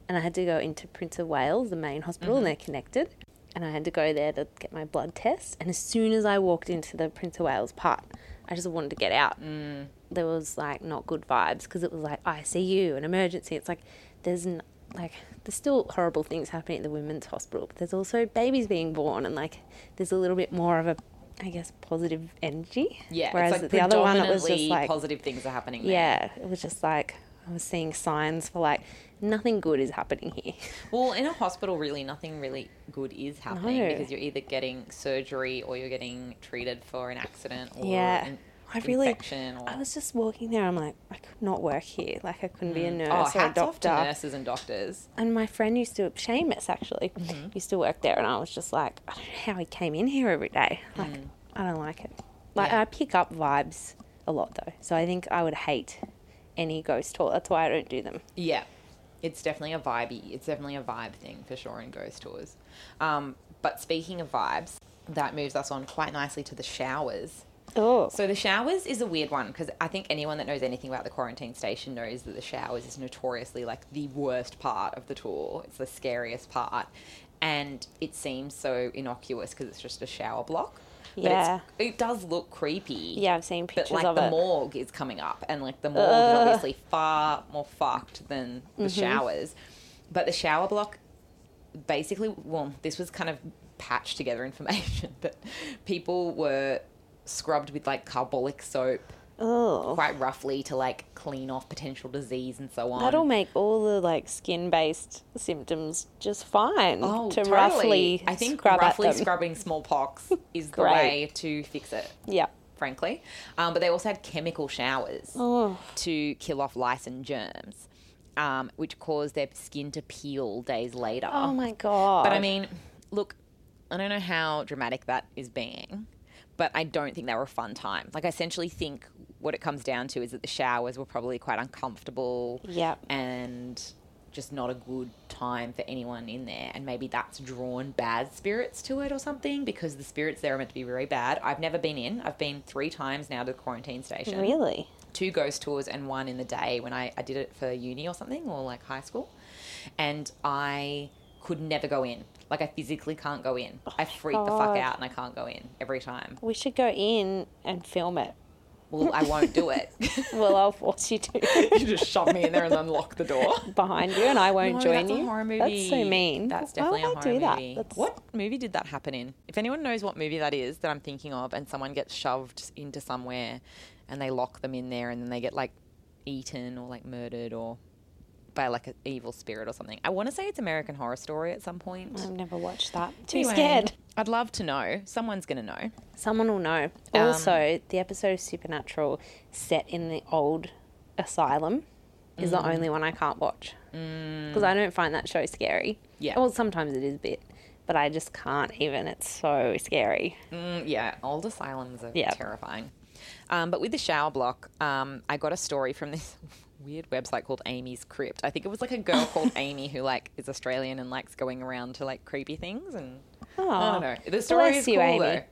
Speaker 1: and I had to go into Prince of Wales, the main hospital, and they're
Speaker 2: Mm-hmm.
Speaker 1: connected. And I had to go there to get my blood test. And as soon as I walked into the Prince of Wales part, I just wanted to get out.
Speaker 2: Mm.
Speaker 1: There was like not good vibes because it was like ICU and emergency. It's like there's n- like there's still horrible things happening at the women's hospital, but there's also babies being born and like there's a little bit more of a I guess positive energy.
Speaker 2: Yeah,
Speaker 1: Whereas
Speaker 2: it's like
Speaker 1: the other one, it was just
Speaker 2: predominantly
Speaker 1: like
Speaker 2: positive things are happening. There.
Speaker 1: yeah, it was just like I was seeing signs for like nothing good is happening here. <laughs>
Speaker 2: Well, in a hospital, really, nothing really good is happening
Speaker 1: No.
Speaker 2: because you're either getting surgery or you're getting treated for an accident or
Speaker 1: yeah,
Speaker 2: an
Speaker 1: I really.
Speaker 2: infection. Or...
Speaker 1: I was just walking there. I'm like, I could not work here. Like I couldn't be a nurse
Speaker 2: oh,
Speaker 1: or a
Speaker 2: hats off
Speaker 1: doctor.
Speaker 2: to nurses and doctors.
Speaker 1: And my friend used to, Seamus actually,
Speaker 2: Mm-hmm.
Speaker 1: used to work there, and I was just like, I don't know how he came in here every day. Like, I don't like it. Like,
Speaker 2: Mm. Yeah.
Speaker 1: I pick up vibes a lot though, so I think I would hate any ghost tour. That's why I don't do them.
Speaker 2: Yeah, it's definitely a vibey. It's definitely a vibe thing for sure in ghost tours. Um, but speaking of vibes, that moves us on quite nicely to the showers.
Speaker 1: Oh,
Speaker 2: So the showers is a weird one because I think anyone that knows anything about the quarantine station knows that the showers is notoriously like the worst part of the tour. It's the scariest part, and it seems so innocuous because it's just a shower block. But it's-
Speaker 1: Yeah.
Speaker 2: it does look creepy.
Speaker 1: yeah, I've seen pictures
Speaker 2: But like
Speaker 1: of
Speaker 2: the
Speaker 1: it.
Speaker 2: morgue is coming up, and like the morgue is obviously far more fucked than the
Speaker 1: Mm-hmm.
Speaker 2: showers. But the shower block, basically, well, this was kind of patched together information <laughs> that people were scrubbed with like carbolic soap
Speaker 1: oh,
Speaker 2: quite roughly to like clean off potential disease and so on.
Speaker 1: that'll make all the like skin-based symptoms just fine.
Speaker 2: Oh,
Speaker 1: to
Speaker 2: totally.
Speaker 1: roughly,
Speaker 2: I think
Speaker 1: scrub
Speaker 2: roughly
Speaker 1: at them. <laughs>
Speaker 2: scrubbing smallpox is the
Speaker 1: Great.
Speaker 2: way to fix it.
Speaker 1: Yeah.
Speaker 2: frankly. Um, but they also had chemical showers
Speaker 1: Oh.
Speaker 2: to kill off lice and germs, um, which caused their skin to peel days later.
Speaker 1: Oh my god.
Speaker 2: But I mean, look, I don't know how dramatic that is being, but I don't think they were a fun time. Like, I essentially think what it comes down to is that the showers were probably quite uncomfortable.
Speaker 1: Yep.
Speaker 2: And just not a good time for anyone in there. And maybe that's drawn bad spirits to it or something because the spirits there are meant to be very bad. I've never been in. I've been three times now to the quarantine station
Speaker 1: really.
Speaker 2: two ghost tours and one in the day when I, I did it for uni or something or like high school. And I could never go in. Like I physically can't go in. I freak the
Speaker 1: Oh God.
Speaker 2: fuck out and I can't go in every time.
Speaker 1: We should go in and film it.
Speaker 2: Well, I won't do it.
Speaker 1: <laughs> Well, I'll force you to
Speaker 2: <laughs> you just shove me in there and unlock
Speaker 1: <laughs>
Speaker 2: the door.
Speaker 1: behind you, and I won't
Speaker 2: No,
Speaker 1: join
Speaker 2: that's
Speaker 1: you.
Speaker 2: a horror movie.
Speaker 1: That's so mean.
Speaker 2: That's
Speaker 1: Why would
Speaker 2: definitely a
Speaker 1: I
Speaker 2: horror
Speaker 1: do that?
Speaker 2: movie.
Speaker 1: That's-
Speaker 2: What movie did that happen in? If anyone knows what movie that is that I'm thinking of, and someone gets shoved into somewhere, and they lock them in there, and then they get like eaten or like murdered or by like an evil spirit or something. I want to say it's American Horror Story at some point.
Speaker 1: I've never watched that. Too
Speaker 2: Anyway,
Speaker 1: scared.
Speaker 2: I'd love to know. Someone's gonna know.
Speaker 1: Someone will know.
Speaker 2: Um,
Speaker 1: Also, the episode of Supernatural set in the old asylum. is
Speaker 2: Mm.
Speaker 1: the only one I can't watch because I don't find that show scary.
Speaker 2: Yeah.
Speaker 1: Well, sometimes it is a bit, but I just can't even. It's so scary.
Speaker 2: Mm, yeah, old asylums are
Speaker 1: Yeah.
Speaker 2: terrifying. Um, but with the shower block, um, I got a story from this <laughs> weird website called Amy's Crypt. I think it was like
Speaker 1: <laughs>
Speaker 2: a girl called Amy who like is Australian and likes going around to like creepy things. And
Speaker 1: Oh,
Speaker 2: I don't know. The story
Speaker 1: bless
Speaker 2: is
Speaker 1: you,
Speaker 2: cool
Speaker 1: Amy.
Speaker 2: though.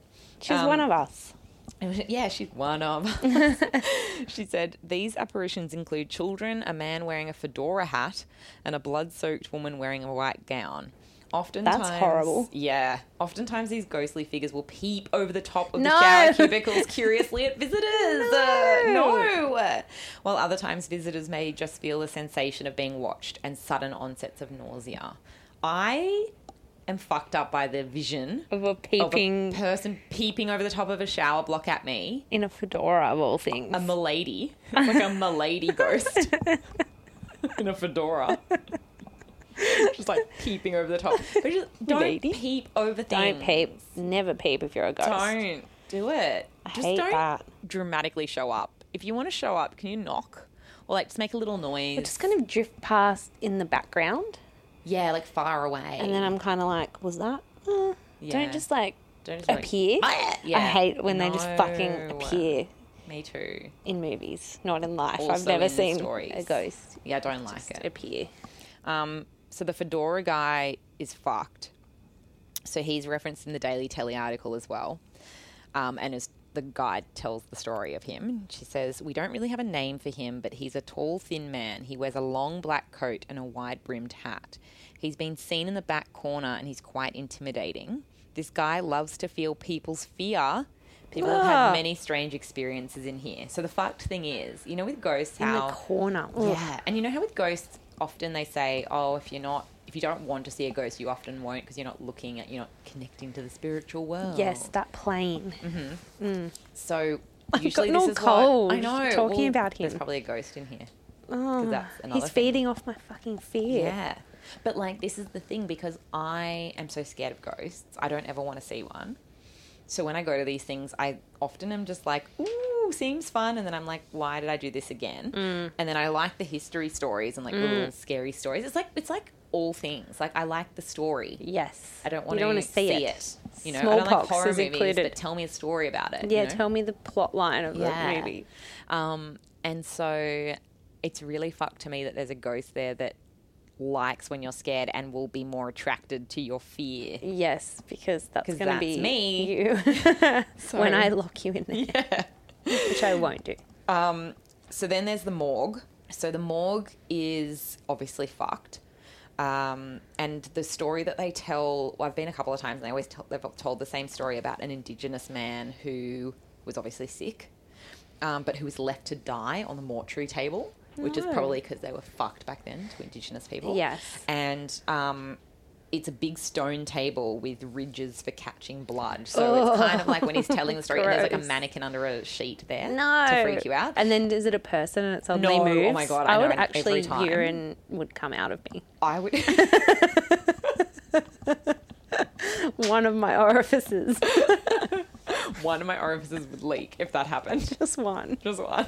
Speaker 1: She's
Speaker 2: Um,
Speaker 1: one of us.
Speaker 2: It was- Yeah, she's one <laughs> of. us. she said these apparitions include children, a man wearing a fedora hat, and a blood-soaked woman wearing a white gown. Oftentimes,
Speaker 1: horrible.
Speaker 2: Yeah, oftentimes these ghostly figures will peep over the top of
Speaker 1: No.
Speaker 2: the shower cubicles curiously at visitors. Uh,
Speaker 1: No.
Speaker 2: no. While other times, visitors may just feel the sensation of being watched and sudden onsets of nausea. I am fucked up by the vision
Speaker 1: Of a
Speaker 2: of a
Speaker 1: peeping
Speaker 2: person peeping over the top of a shower block at me.
Speaker 1: in a fedora of all things.
Speaker 2: A <laughs> milady, like a milady ghost <laughs> in a fedora, just like peeping over the top. But just don't
Speaker 1: Lady.
Speaker 2: peep over things.
Speaker 1: don't peep. Never peep if you're a ghost.
Speaker 2: Don't do it. Just
Speaker 1: hate
Speaker 2: don't
Speaker 1: that.
Speaker 2: dramatically show up. If you want to show up, can you knock or like just make a little noise?
Speaker 1: Just kind of drift past in the background,
Speaker 2: yeah, like far away.
Speaker 1: and then I'm kind of like, was that? Uh,
Speaker 2: Yeah.
Speaker 1: Don't just like
Speaker 2: don't just be like,
Speaker 1: appear.
Speaker 2: "Ah!"
Speaker 1: I hate when they just fucking
Speaker 2: No.
Speaker 1: appear
Speaker 2: Me too.
Speaker 1: in movies, not in life. I've
Speaker 2: Also
Speaker 1: never
Speaker 2: in
Speaker 1: seen
Speaker 2: stories.
Speaker 1: a ghost
Speaker 2: Yeah, I don't like it.
Speaker 1: appear.
Speaker 2: Um, so the fedora guy is fucked. So he's referenced in the Daily Telly article as well. Um, and as the guide tells the story of him, she says, We don't really have a name for him, but he's a tall, thin man. He wears a long black coat and a wide brimmed hat. He's been seen in the back corner and he's quite intimidating. This guy loves to feel people's fear. People have
Speaker 1: Ah.
Speaker 2: had many strange experiences in here. So the fucked thing is, you know, with ghosts,
Speaker 1: In
Speaker 2: how
Speaker 1: the corner. Oh, Ugh.
Speaker 2: yeah, and you know how with ghosts, often they say, "Oh, if you're not, if you don't want to see a ghost, you often won't because you're not looking at, you're not connecting to the spiritual world."
Speaker 1: Yes, that plane.
Speaker 2: Mm-hmm. So
Speaker 1: <laughs> I've
Speaker 2: usually
Speaker 1: gotten all
Speaker 2: this is
Speaker 1: cold
Speaker 2: What, I know.
Speaker 1: talking
Speaker 2: well,
Speaker 1: about
Speaker 2: There's
Speaker 1: him.
Speaker 2: probably a ghost in here.
Speaker 1: Oh,
Speaker 2: that's another
Speaker 1: he's
Speaker 2: thing.
Speaker 1: feeding off my fucking fear.
Speaker 2: Yeah. But like this is the thing because I am so scared of ghosts. I don't ever want to see one. So when I go to these things, I often am just like, ooh, seems fun. And then I'm like, why did I do this again?
Speaker 1: Mm.
Speaker 2: And then I like the history stories and like the little scary stories. It's like it's like all things. Like I like the story.
Speaker 1: Yes.
Speaker 2: I don't want
Speaker 1: you don't
Speaker 2: to
Speaker 1: wanna see, it.
Speaker 2: You know, I don't like
Speaker 1: Smallpox
Speaker 2: horror
Speaker 1: is
Speaker 2: movies,
Speaker 1: included.
Speaker 2: but tell me a story about it. you
Speaker 1: Yeah,
Speaker 2: know?
Speaker 1: tell me the plot line of the movie.
Speaker 2: Um, and so it's really fucked to me that there's a ghost there that likes when you're scared and will be more attracted to your fear.
Speaker 1: Yes, because that's
Speaker 2: 'Cause
Speaker 1: going to
Speaker 2: that's
Speaker 1: be
Speaker 2: me. <laughs>
Speaker 1: you <laughs> when
Speaker 2: So-
Speaker 1: I lock you in there, which I won't do.
Speaker 2: Um, so then there's the morgue. So the morgue is obviously fucked. Um, and the story that they tell, well, I've been a couple of times and they always tell, they've told the same story about an indigenous man who was obviously sick, um, but who was left to die on the mortuary table, which is
Speaker 1: No.
Speaker 2: probably because they were fucked back then to indigenous people.
Speaker 1: Yes.
Speaker 2: And, um, it's a big stone table with ridges for catching blood. So it's kind of like when he's telling the story, and there's like
Speaker 1: <laughs>
Speaker 2: a
Speaker 1: Gross.
Speaker 2: mannequin under a sheet there
Speaker 1: No,
Speaker 2: to freak you out.
Speaker 1: And then is it a person and it suddenly
Speaker 2: No, oh
Speaker 1: moves?
Speaker 2: my God,
Speaker 1: I,
Speaker 2: I
Speaker 1: would
Speaker 2: know, and every
Speaker 1: actually
Speaker 2: time.
Speaker 1: urine would come out of
Speaker 2: <laughs>
Speaker 1: me, <laughs>
Speaker 2: I would.
Speaker 1: one of my orifices, <laughs>
Speaker 2: one of my orifices would leak if that happened. <laughs>
Speaker 1: just one,
Speaker 2: Just one,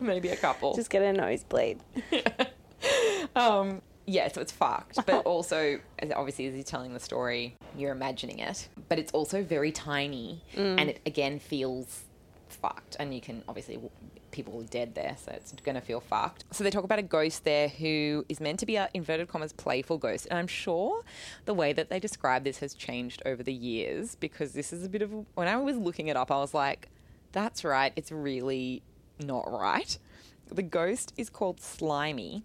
Speaker 2: maybe a couple.
Speaker 1: just get a nosebleed.
Speaker 2: um, yeah, so it's fucked.
Speaker 1: <laughs>
Speaker 2: But also, as- obviously, as you're telling the story, you're imagining it. But it's also very tiny,
Speaker 1: Mm.
Speaker 2: and it again feels fucked. And you can obviously w- people are dead there, so it's gonna feel fucked. So they talk about a ghost there who is meant to be a inverted commas playful ghost, and I'm sure the way that they describe this has changed over the years because this is a bit of a, when I was looking it up, I was like, that's right, it's really not right. The ghost is called Slimy.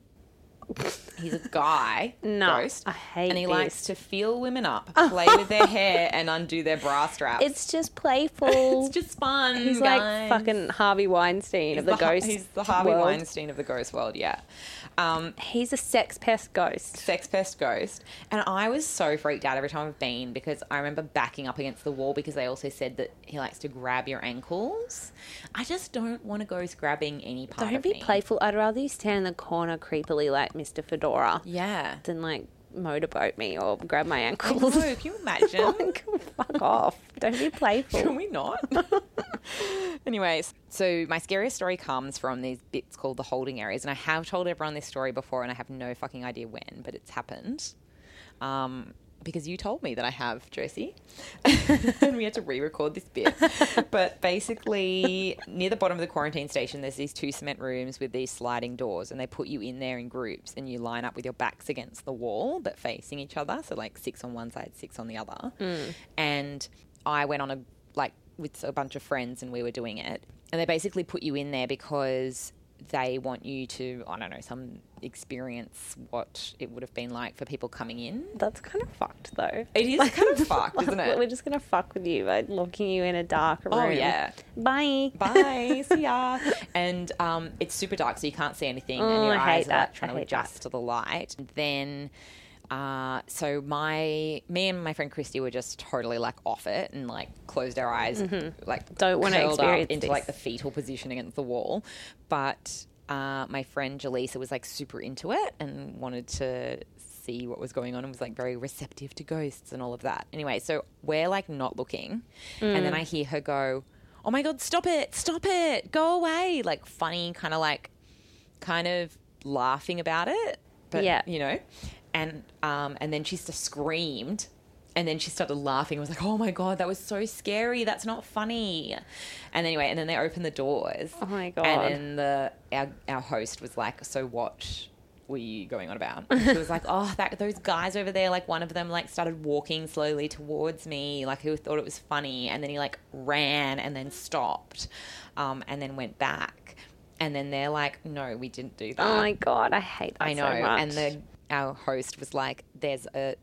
Speaker 2: He's a guy.
Speaker 1: <laughs> No,
Speaker 2: ghost,
Speaker 1: I hate
Speaker 2: And he
Speaker 1: this.
Speaker 2: likes to feel
Speaker 1: <laughs>
Speaker 2: women up, play with their hair, and undo their bra straps.
Speaker 1: It's just playful.
Speaker 2: It's just fun.
Speaker 1: He's
Speaker 2: guys.
Speaker 1: like fucking Harvey Weinstein of the,
Speaker 2: Har-
Speaker 1: ghost.
Speaker 2: He's the Harvey
Speaker 1: world.
Speaker 2: Weinstein of the ghost world. Yeah. Um,
Speaker 1: He's a sex pest ghost.
Speaker 2: sex pest ghost, and I was so freaked out every time I've been because I remember backing up against the wall because they also said that he likes to grab your ankles. I just don't want to go grabbing any part
Speaker 1: Don't
Speaker 2: of
Speaker 1: be
Speaker 2: me.
Speaker 1: playful. I'd rather you stand in the corner creepily like Mr. Fedora <laughs>
Speaker 2: Yeah.
Speaker 1: than like motorboat me or grab my
Speaker 2: No,
Speaker 1: ankles. <laughs>
Speaker 2: can you imagine? <laughs>
Speaker 1: Like, Fuck off. Don't be playful.
Speaker 2: Can we not? Anyways, so my scariest story comes from these bits called the holding areas, and I have told everyone this story before, and I have no fucking idea when, but it's happened. Um, because you told me that I have Josie, and we had to re-record this bit. but basically, near the bottom of the quarantine station, there's these two cement rooms with these sliding doors, and they put you in there in groups, and you line up with your backs against the wall, but facing each other, so like six on one side, six on the other. And I went on a like with a bunch of friends, and we were doing it, and they basically put you in there because they want you to i don't know some experience what it would have been like for people coming in
Speaker 1: That's kind of fucked, though.
Speaker 2: It is
Speaker 1: <laughs>
Speaker 2: kind of fucked, isn't it?
Speaker 1: We're just gonna fuck with you by locking you in a dark room.
Speaker 2: Oh, yeah.
Speaker 1: Bye.
Speaker 2: bye, see ya. And um, it's super dark, so you can't see anything, and
Speaker 1: Oh,
Speaker 2: your
Speaker 1: I hate
Speaker 2: eyes are
Speaker 1: that.
Speaker 2: like trying
Speaker 1: I
Speaker 2: to
Speaker 1: hate that.
Speaker 2: adjust to the light. And then, uh, so my me and my friend Christy were just totally like off it and like closed our eyes, like
Speaker 1: Mm-hmm. Don't wanna
Speaker 2: curled
Speaker 1: experience
Speaker 2: up into
Speaker 1: this.
Speaker 2: like the fetal position against the wall, but. Uh, my friend Jaleesa was like super into it and wanted to see what was going on and was like very receptive to ghosts and all of that. Anyway, so we're like not looking. And then
Speaker 1: Mm.
Speaker 2: I hear her go, Oh my God, stop it, stop it, go away. Like funny, kind of like, kind of laughing about it. But,
Speaker 1: Yeah.
Speaker 2: you know, and, um, and then she just screamed. And then she started laughing. I was like, oh my God, that was so scary. That's not funny. And anyway, and then they opened the doors.
Speaker 1: <laughs> Oh my God.
Speaker 2: And then and the our, our host was like, "So what were you going
Speaker 1: <laughs>
Speaker 2: on about?" And she was like, "Oh, that those guys over there, like one of them, like started walking slowly towards me, like who thought it was funny, and then he like ran and then stopped, um, and then went back, and then they're like, "No, we didn't do that."
Speaker 1: Oh my god, I hate that
Speaker 2: uh, I know,
Speaker 1: so much.
Speaker 2: and the our host was like, "There's a."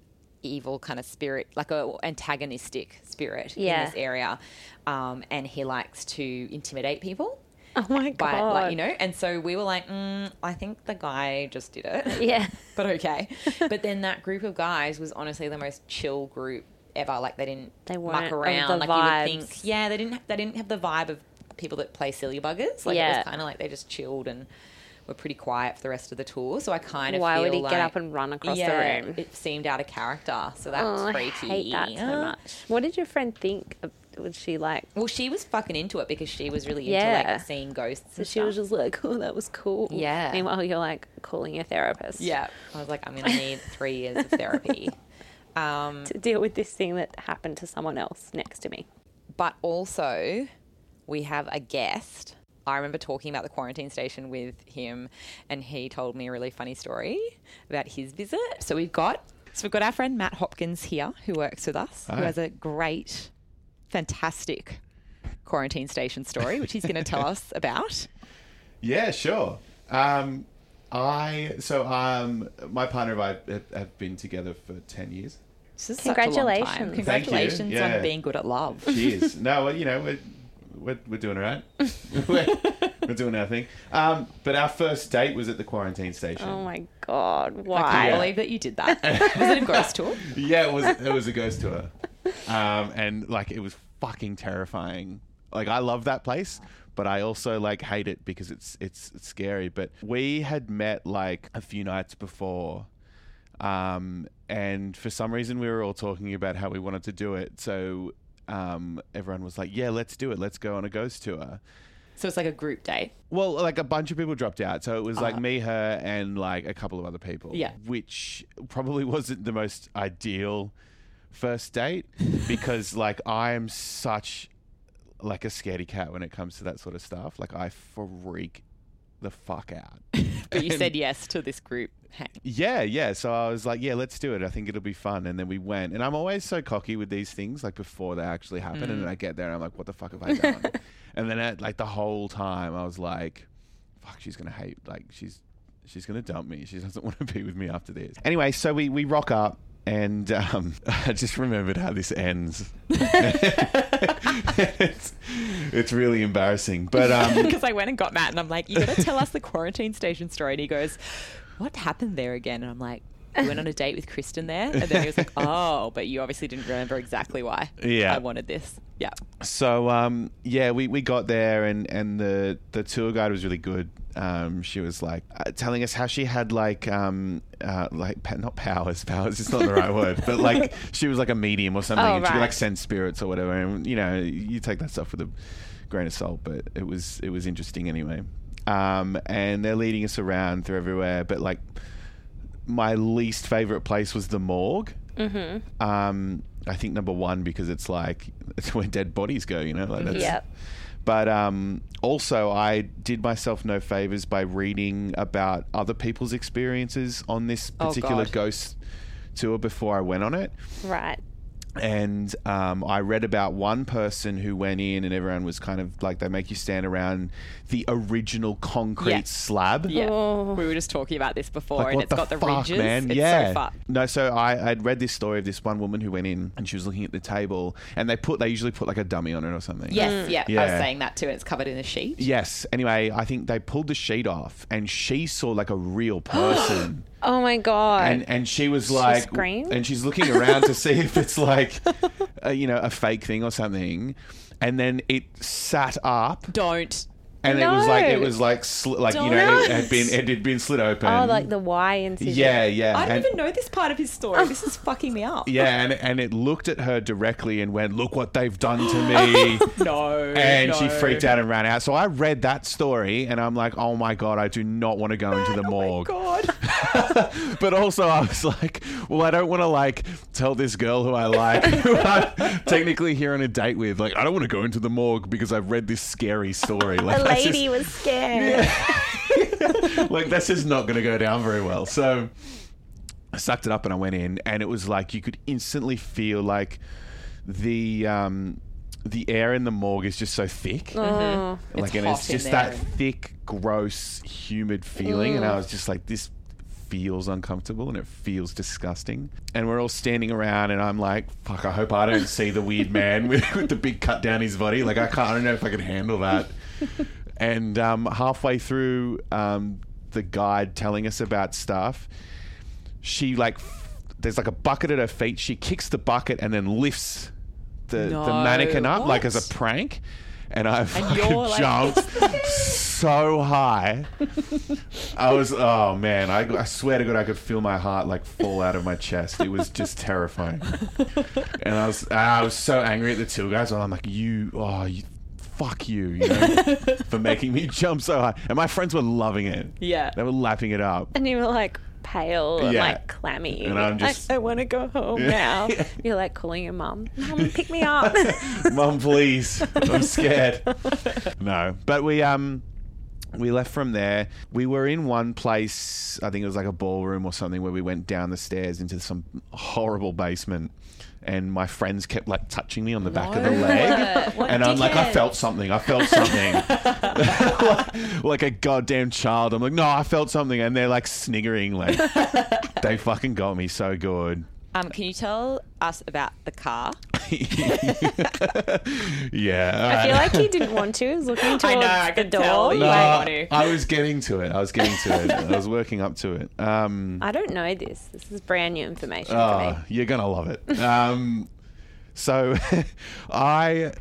Speaker 2: evil kind of spirit like a antagonistic spirit
Speaker 1: Yeah.
Speaker 2: in this area um, and he likes to intimidate people
Speaker 1: oh my god,
Speaker 2: but like you know and so we were like mm, i think the guy just did it
Speaker 1: yeah,
Speaker 2: <laughs> but
Speaker 1: <laughs>
Speaker 2: okay but then that group of guys was honestly the most chill group ever like they didn't
Speaker 1: They
Speaker 2: muck
Speaker 1: weren't of
Speaker 2: around
Speaker 1: the
Speaker 2: like you would
Speaker 1: vibes.
Speaker 2: think yeah they didn't they didn't have the vibe of people that play silly buggers like it
Speaker 1: Yeah.
Speaker 2: was kind of like they just chilled and were pretty quiet for the rest of the tour so i kind of
Speaker 1: why
Speaker 2: feel
Speaker 1: would he
Speaker 2: like,
Speaker 1: get up and run across
Speaker 2: yeah,
Speaker 1: the room?
Speaker 2: it seemed out of character so that's
Speaker 1: oh, I
Speaker 2: freaky
Speaker 1: hate that so much. What did your friend think? of- Was she like?
Speaker 2: well she was fucking into it because she was really into
Speaker 1: Yeah.
Speaker 2: like seeing ghosts
Speaker 1: So
Speaker 2: and
Speaker 1: she was
Speaker 2: stuff.
Speaker 1: just like, "Oh, that was cool."
Speaker 2: Yeah.
Speaker 1: Meanwhile, you're like calling your therapist.
Speaker 2: Yeah. I was like, I'm going to
Speaker 3: <laughs>
Speaker 2: need three years of therapy. Um,
Speaker 1: To deal with this thing that happened to someone else next to me.
Speaker 2: but also, we have a guest. I remember talking about the quarantine station with him, and he told me a really funny story about his visit. So we've got. So we've got our friend Matt Hopkins here, who works with us, who
Speaker 3: Hi.
Speaker 2: has a great, fantastic quarantine station story, which he's going to
Speaker 3: <laughs>
Speaker 2: tell us about.
Speaker 3: Yeah, sure. Um, I so um, my partner and I have- have been together for ten years.
Speaker 2: This is such a long time.
Speaker 1: Congratulations.
Speaker 3: Thank you.
Speaker 2: Congratulations
Speaker 3: Yeah.
Speaker 2: on being good at love.
Speaker 3: Cheers. no, well, you know we're we're, we're doing all right. <laughs> we're, we're doing our thing. Um, but our first date was at the quarantine
Speaker 2: Mm.
Speaker 3: station.
Speaker 1: Oh my god,
Speaker 2: I can't
Speaker 1: why?
Speaker 3: Yeah.
Speaker 2: believe that you did that. Was it a
Speaker 3: <laughs>
Speaker 2: ghost tour?
Speaker 3: yeah, it was it was a ghost tour, um, and like it was fucking terrifying. Like I love that place, but I also like hate it because it's it's, it's scary. But we had met like a few nights before. Um, and for some reason, we were all talking about how we wanted to do it. So um, everyone was like, "Yeah, let's do it. Let's go on a ghost tour."
Speaker 2: So it's like a group date.
Speaker 3: Well, like a bunch of people dropped out. So it was like me, her, and like a couple of other people.
Speaker 2: Yeah.
Speaker 3: Which probably wasn't the most ideal first date because like I am such like a scaredy cat when it comes to that sort of stuff. Like I freak the fuck out.
Speaker 2: But you said yes to this group hang.
Speaker 3: Yeah, yeah. So I was like, yeah, let's do it. I think it'll be fun. And then we went. And I'm always so cocky with these things, like before they actually happen. And then I get there and I'm like, what the fuck have I done? and then uh like the whole time I was like, fuck, she's gonna hate. Like she's she's gonna dump me. She doesn't <laughs> want to be with me after this. Anyway, so we we rock up. And um, <laughs> I just remembered how this ends. <laughs> it's, it's really embarrassing, but
Speaker 2: <laughs>
Speaker 3: um,
Speaker 2: Because I went and got Matt and I'm like, you gotta tell us the quarantine station story. And he goes, What happened there again? And I'm like, You went on a date with Kristen there? And then he
Speaker 3: <laughs>
Speaker 2: was like, Oh, but you obviously didn't remember exactly why
Speaker 3: Yeah.
Speaker 2: I wanted this. Yeah.
Speaker 3: so um, yeah, we, we got there and, and the, the tour guide was really good. Um, she was like uh, telling us how she had like um, uh, like pa- not powers, <laughs> powers. It's not the right word,
Speaker 1: <laughs>
Speaker 3: but like she was like a medium or something,
Speaker 1: Oh,
Speaker 3: and she could
Speaker 1: right.
Speaker 3: like send spirits or whatever. And you know, you take that stuff with a grain of salt, but it was it was interesting anyway. Um, and they're leading us around through everywhere, but like my least favorite place was the morgue. Mm-hmm. Um, I think number one because it's like <laughs> it's where dead bodies go, you know. Like
Speaker 2: Mm-hmm.
Speaker 3: that's,
Speaker 1: Yep.
Speaker 3: But um, also, I did myself no favors by reading about other people's experiences on this
Speaker 2: Oh,
Speaker 3: particular
Speaker 2: God.
Speaker 3: ghost tour before I went on it
Speaker 1: Right.
Speaker 3: and um, I read about one person who went in, and everyone was kind of like they make you stand around the original concrete
Speaker 2: Yeah.
Speaker 3: slab.
Speaker 2: Yeah.
Speaker 1: Oh.
Speaker 2: We were just talking about this before,
Speaker 3: Like,
Speaker 2: and
Speaker 3: what
Speaker 2: it's got the
Speaker 3: fuck,
Speaker 2: ridges.
Speaker 3: Man?
Speaker 2: It's
Speaker 3: yeah.
Speaker 2: so fucked.
Speaker 3: No, so I I'd read this story of this one woman who went in, and she was looking at the table, and they put they usually put like a dummy on it or something.
Speaker 2: Yes, yeah. I was
Speaker 3: Yeah.
Speaker 2: saying that too, and it's covered in a sheet.
Speaker 3: Yes. Anyway, I think they pulled the sheet off, and she saw like
Speaker 2: <gasps>
Speaker 3: a real person.
Speaker 1: Oh my god.
Speaker 3: and and she was like,
Speaker 1: screamed?
Speaker 3: and she's looking around to see
Speaker 2: <laughs>
Speaker 3: if it's like, uh, you know, a fake thing or something, and then it sat up,
Speaker 2: Don't.
Speaker 3: and it was like it
Speaker 1: No.
Speaker 3: was like sli- like you know it had
Speaker 2: Don't.
Speaker 3: been it had been slit open.
Speaker 1: oh, like the Y incision.
Speaker 3: yeah, yeah,
Speaker 2: I don't
Speaker 3: and,
Speaker 2: even know this part of his story. This is fucking me up.
Speaker 3: yeah, and and it looked at her directly and went, "Look what they've done to
Speaker 2: <laughs>
Speaker 3: me."
Speaker 2: No.
Speaker 3: And she
Speaker 2: Oh, no.
Speaker 3: freaked out and ran out. So I read that story and I'm like, oh my God, I do not want to go into the morgue.
Speaker 2: <laughs> Oh my god.
Speaker 3: but also I was like, well, I don't want to like tell this girl who I like, <laughs> who I'm technically here on a date with, like, I don't want to go into the morgue because I've read this scary story. <laughs> Like,
Speaker 1: The
Speaker 3: that's
Speaker 1: lady was scared.
Speaker 3: just- <laughs> like that's just not going to go down very well. So I sucked it up and I went in, and it was like you could instantly feel like the um, the air in the morgue is just so thick.
Speaker 1: Oh.
Speaker 3: Like,
Speaker 2: It's
Speaker 3: and
Speaker 2: hot
Speaker 3: it's
Speaker 2: in
Speaker 3: just
Speaker 2: there.
Speaker 3: that thick, gross, humid feeling. And I was just like, this feels uncomfortable and it feels disgusting. And we're all standing around, and I'm like, fuck, I hope I don't see the weird man <laughs> with, with the big cut down his body. Like, I can't, I don't know if I can
Speaker 2: <laughs>
Speaker 3: handle that. And um, halfway through um, the guide telling us about stuff, she like, f- there's like a bucket at her feet. She kicks the bucket and then lifts the, the
Speaker 2: No,
Speaker 3: mannequin up like
Speaker 2: what?
Speaker 3: as a prank. And I fucking
Speaker 2: you're like- <laughs>
Speaker 3: jumped so high. I was, oh man, I, I swear to God, I could feel my heart like fall out of my chest. It was just terrifying.
Speaker 2: <laughs>
Speaker 3: And I was, ah, I was so angry at the two guys. And I'm like, you, oh, you, fuck you, you
Speaker 2: <laughs>
Speaker 3: know, <laughs> for making me jump so high. And my friends were loving it.
Speaker 2: Yeah.
Speaker 3: They were lapping it up.
Speaker 1: And you were like pale and
Speaker 3: Yeah.
Speaker 1: like clammy.
Speaker 3: And I'm just-
Speaker 1: I, want to go home
Speaker 3: <laughs>
Speaker 1: now. You're like calling your mum, Mum, pick me up.
Speaker 3: Mum, please, I'm scared. No, but we um we left from there. We were in one place, I think it was like a ballroom or something, where we went down the stairs into some horrible basement. And my friends kept like touching me on the back of the leg,
Speaker 2: What
Speaker 3: and I'm like, I
Speaker 2: dickhead.
Speaker 3: felt something. I
Speaker 2: <laughs>
Speaker 3: felt something, <laughs> like, like a goddamn child. I'm like, no, I felt something, and they're like
Speaker 2: <laughs>
Speaker 3: sniggering, like they fucking got me so good.
Speaker 2: Um, can you tell us about the car?
Speaker 3: Yeah,
Speaker 1: <laughs>
Speaker 3: all
Speaker 1: I feel
Speaker 3: right.
Speaker 1: like he didn't want to. He was looking towards
Speaker 2: I know, I
Speaker 1: the
Speaker 2: could
Speaker 1: door.
Speaker 2: tell that you
Speaker 3: No,
Speaker 2: Like-
Speaker 1: like,
Speaker 2: want to.
Speaker 3: I was getting to it. I was getting to it. I was working up to it. Um,
Speaker 1: I don't know this. This is brand new information
Speaker 3: oh,
Speaker 1: to me.
Speaker 3: you're gonna love it. Um, so, <laughs> I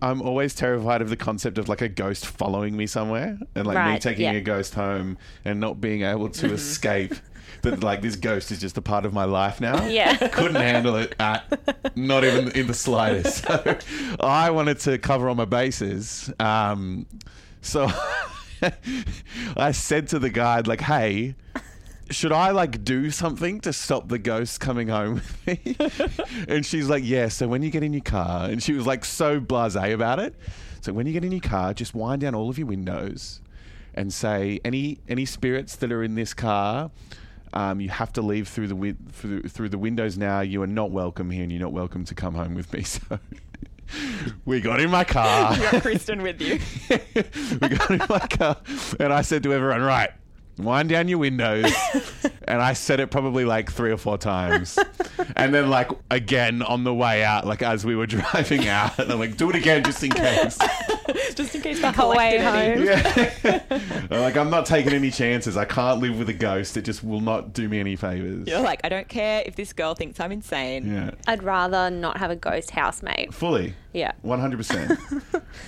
Speaker 3: I'm always terrified of the concept of like a ghost following me somewhere and like me
Speaker 1: Right,
Speaker 3: taking
Speaker 1: yeah.
Speaker 3: a ghost home and not being
Speaker 1: <laughs>
Speaker 3: able to escape. That like this ghost is just a part of my life now.
Speaker 1: Yeah.
Speaker 3: <laughs> couldn't handle it at not even in the slightest. <laughs> So I wanted to cover all my bases. Um, so <laughs> I said to the guide, like, hey, should I like do something to stop the ghost coming home with me? and she's like, yeah. So when you get in your car, and she was like so blasé about it. So when you get in your car, just wind down all of your windows and say any any spirits that are in this car. Um, you have to leave through the win- through, through the windows now. You are not welcome here, and you're not welcome to come home with me. <laughs> So we got in my
Speaker 2: <laughs>
Speaker 3: car.
Speaker 2: You got Kristen with you.
Speaker 3: <laughs> we got in my car, and I said to everyone, "Right, wind down your windows." and I said it probably like three or four times, and then like again on the way out, like as we were <laughs> driving out, and I'm like, "Do it again, just in case."
Speaker 2: Just in case we
Speaker 1: whole way
Speaker 2: collected any.
Speaker 1: home.
Speaker 3: Yeah. <laughs> I'm like I'm not taking any chances. I can't live with a ghost. It just will not do me any
Speaker 2: <laughs>
Speaker 3: favors.
Speaker 2: You're like, I don't care if this girl thinks I'm insane.
Speaker 3: Yeah.
Speaker 1: I'd rather not have a ghost housemate.
Speaker 3: Fully.
Speaker 1: Yeah.
Speaker 3: One
Speaker 1: <laughs>
Speaker 3: hundred percent.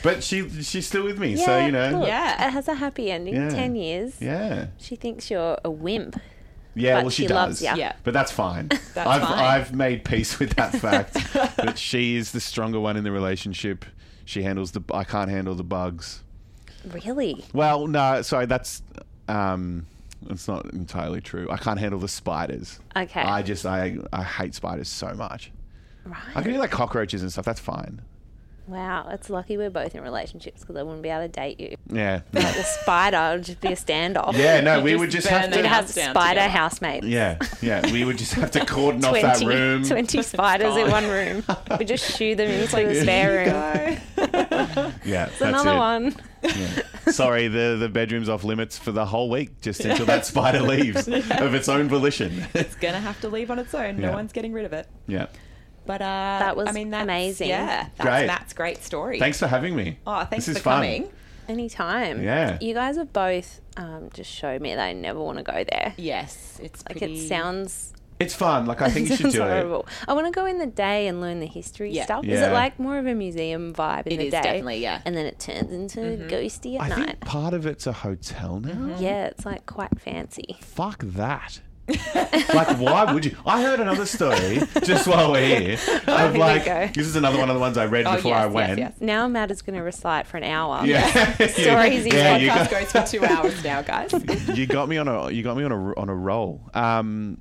Speaker 3: But she she's still with me, so you know.
Speaker 1: look,
Speaker 2: Yeah.
Speaker 1: It has a happy ending.
Speaker 3: Yeah.
Speaker 1: Ten years.
Speaker 3: Yeah.
Speaker 1: She thinks you're a wimp.
Speaker 3: Yeah,
Speaker 1: But
Speaker 3: well, she,
Speaker 1: she
Speaker 3: does.
Speaker 1: loves ya.
Speaker 2: Yeah.
Speaker 3: but that's
Speaker 2: <laughs>
Speaker 3: fine.
Speaker 2: That's
Speaker 3: I've
Speaker 2: fine. <laughs>
Speaker 3: I've made peace with that fact that she is the stronger one in the relationship. She handles the. I can't handle the bugs.
Speaker 1: Really?
Speaker 3: Well, no, sorry, that's um, that's not entirely true. I can't handle the spiders.
Speaker 1: Okay.
Speaker 3: I just I I hate spiders so much. I
Speaker 1: Right.
Speaker 3: can do like cockroaches and stuff. That's fine.
Speaker 1: Wow. It's lucky we're both in relationships because I wouldn't be able to date you.
Speaker 3: Yeah.
Speaker 1: Like the spider would just be a standoff.
Speaker 3: <laughs> Yeah, no,
Speaker 2: You
Speaker 3: we
Speaker 2: just
Speaker 3: would just
Speaker 2: burn
Speaker 3: have
Speaker 2: them
Speaker 3: to.
Speaker 1: We'd have
Speaker 2: House down
Speaker 1: spider
Speaker 2: together.
Speaker 1: housemates.
Speaker 3: yeah, yeah, we would just have to
Speaker 1: <laughs>
Speaker 3: cordon off
Speaker 1: 20,
Speaker 3: that room.
Speaker 1: 20 spiders in one room. We just
Speaker 3: <laughs>
Speaker 1: shoo them into the spare room.
Speaker 2: <laughs>
Speaker 3: Yeah, that's
Speaker 1: Another
Speaker 3: it.
Speaker 1: one.
Speaker 3: <laughs> Yeah. Sorry, the the bedroom's off limits for the whole week, just until that
Speaker 2: <laughs>
Speaker 3: spider leaves of its own volition. <laughs>
Speaker 2: It's gonna have to leave on its own.
Speaker 3: Yeah.
Speaker 2: No one's getting rid of it.
Speaker 3: yeah,
Speaker 2: But uh,
Speaker 1: That was
Speaker 2: I mean, that's,
Speaker 1: amazing.
Speaker 2: Yeah, that's
Speaker 3: Great.
Speaker 2: Matt's great story.
Speaker 3: thanks for having me.
Speaker 2: Oh, thanks
Speaker 3: this
Speaker 2: for
Speaker 3: is fun.
Speaker 2: coming.
Speaker 1: Anytime.
Speaker 3: Yeah.
Speaker 1: You guys have both um, just showed me that I never want to go there.
Speaker 2: Yes, it's
Speaker 1: Like
Speaker 2: pretty...
Speaker 1: it sounds,
Speaker 3: It's fun. Like I
Speaker 2: <laughs>
Speaker 3: think
Speaker 1: <laughs>
Speaker 3: you should
Speaker 1: sounds
Speaker 3: do it.
Speaker 1: horrible. I want to go in the day and learn the history
Speaker 2: Yeah.
Speaker 1: stuff. Is
Speaker 3: Yeah.
Speaker 1: it like more of a museum vibe in
Speaker 2: It
Speaker 1: the
Speaker 2: is
Speaker 1: day?
Speaker 2: definitely, yeah. Mm-hmm.
Speaker 1: And then it turns into ghosty at
Speaker 3: I
Speaker 1: night.
Speaker 3: think part of it's a hotel now.
Speaker 1: Yeah, it's like quite fancy.
Speaker 3: Fuck that. like, why would you? I heard
Speaker 2: <laughs>
Speaker 3: another story just while we're here of like
Speaker 1: go.
Speaker 3: this is another one of the ones I read
Speaker 2: Oh,
Speaker 3: before
Speaker 2: yes,
Speaker 3: I
Speaker 2: yes,
Speaker 3: went.
Speaker 2: yes.
Speaker 1: <laughs> Now Matt is going to recite for an hour.
Speaker 3: <laughs> Yeah,
Speaker 1: Stories he's
Speaker 3: yeah,
Speaker 1: got.
Speaker 3: you
Speaker 2: Podcast
Speaker 3: got,
Speaker 2: goes for
Speaker 3: <laughs>
Speaker 2: two hours now, guys.
Speaker 3: you got me on a you got me on a on a roll. Um,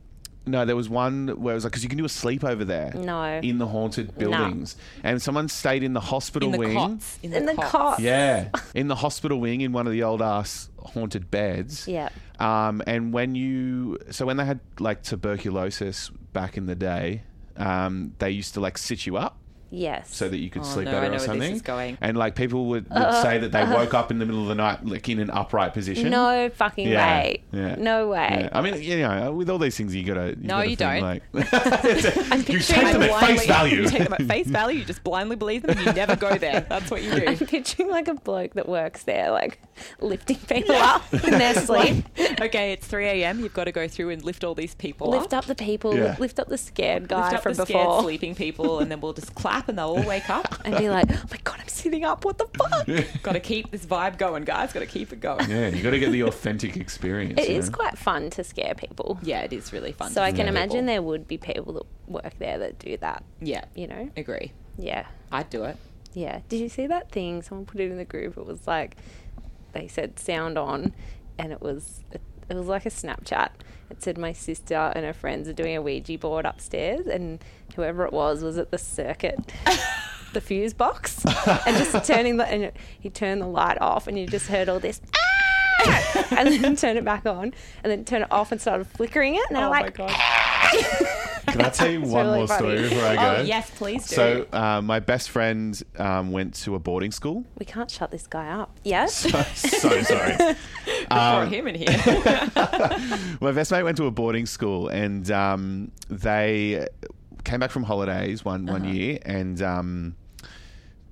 Speaker 3: no, there was one where it was like because you can do a sleepover there.
Speaker 1: No.
Speaker 3: in the haunted buildings, and someone stayed in the hospital
Speaker 2: In the
Speaker 3: wing.
Speaker 2: cots. In
Speaker 1: <laughs>
Speaker 2: the,
Speaker 1: In the
Speaker 2: cots.
Speaker 1: cot.
Speaker 3: Yeah, in the hospital wing in one of the old ass haunted beds.
Speaker 1: Yeah.
Speaker 3: Um, and when you, so when they had like tuberculosis back in the day, um, they used to like sit you up
Speaker 1: Yes.
Speaker 3: so that you could
Speaker 2: Oh,
Speaker 3: sleep
Speaker 2: no, I
Speaker 3: better
Speaker 2: know
Speaker 3: or
Speaker 2: where this
Speaker 3: something.
Speaker 2: is going.
Speaker 3: And like people would, would
Speaker 2: <laughs>
Speaker 3: say that they woke up in the middle of the night like in an upright position.
Speaker 1: No fucking
Speaker 3: Yeah,
Speaker 1: way.
Speaker 3: yeah.
Speaker 1: No way.
Speaker 3: Yeah. I mean, you know, uh, with all these things, you gotta. You
Speaker 2: No,
Speaker 3: gotta
Speaker 2: you
Speaker 3: think,
Speaker 2: don't. <laughs>
Speaker 3: <laughs> Like, you
Speaker 1: picturing
Speaker 3: take them at face
Speaker 2: Blindly- <laughs>
Speaker 3: value.
Speaker 2: You take them at
Speaker 3: <laughs>
Speaker 2: face value. You just blindly believe them and you never go there. That's what you do.
Speaker 1: <laughs> I'm picturing like a bloke that works there, like
Speaker 3: <laughs>
Speaker 1: lifting people up in their sleep.
Speaker 2: okay, it's 3 a.m. You've got to go through and lift all these people
Speaker 1: lift up the people,
Speaker 3: Yeah.
Speaker 1: lift up the scared
Speaker 2: Lift
Speaker 1: guy
Speaker 2: up
Speaker 1: from
Speaker 2: the scared
Speaker 1: before,
Speaker 2: sleeping people, and then we'll just clap and they'll all
Speaker 1: <laughs>
Speaker 2: wake up.
Speaker 1: and be like, "Oh my god, I'm sitting up. What the fuck?" It
Speaker 2: got to keep this vibe going, guys. Got to keep it going.
Speaker 3: yeah, you gotta get the authentic experience.
Speaker 1: is
Speaker 3: you know?
Speaker 1: quite fun to scare people.
Speaker 2: Yeah, it is really fun.
Speaker 1: So I can
Speaker 2: Yeah.
Speaker 1: imagine there would be people that work there that do that.
Speaker 2: Yeah,
Speaker 1: You know?
Speaker 2: agree.
Speaker 1: Yeah. <laughs>
Speaker 2: I'd do it.
Speaker 1: Yeah. Did you see that thing? Someone put it in the group. It was like they said sound on, and it was it was like a Snapchat. It said my sister and her friends are doing a Ouija board upstairs, and whoever it was was at the circuit, the fuse box, and just turning the and he turned the light off, and you just heard all this. "Ah!" and then turn it back on, and then turn it off and started flickering it. And they're like,
Speaker 2: Oh
Speaker 1: <laughs>
Speaker 2: god.
Speaker 3: Can I tell you one
Speaker 1: really
Speaker 3: more
Speaker 1: funny.
Speaker 3: story before I
Speaker 2: Oh
Speaker 3: go?
Speaker 2: yes, please do.
Speaker 3: So uh, my best friend um, went to a boarding school. <laughs>
Speaker 1: "We can't shut this guy up." Yes,
Speaker 3: So,
Speaker 2: <laughs>
Speaker 3: so sorry.
Speaker 1: <laughs>
Speaker 2: Throw
Speaker 3: um,
Speaker 2: him in here.
Speaker 3: <laughs> My best mate went to a boarding school, and um, they came back from holidays one one year, and um,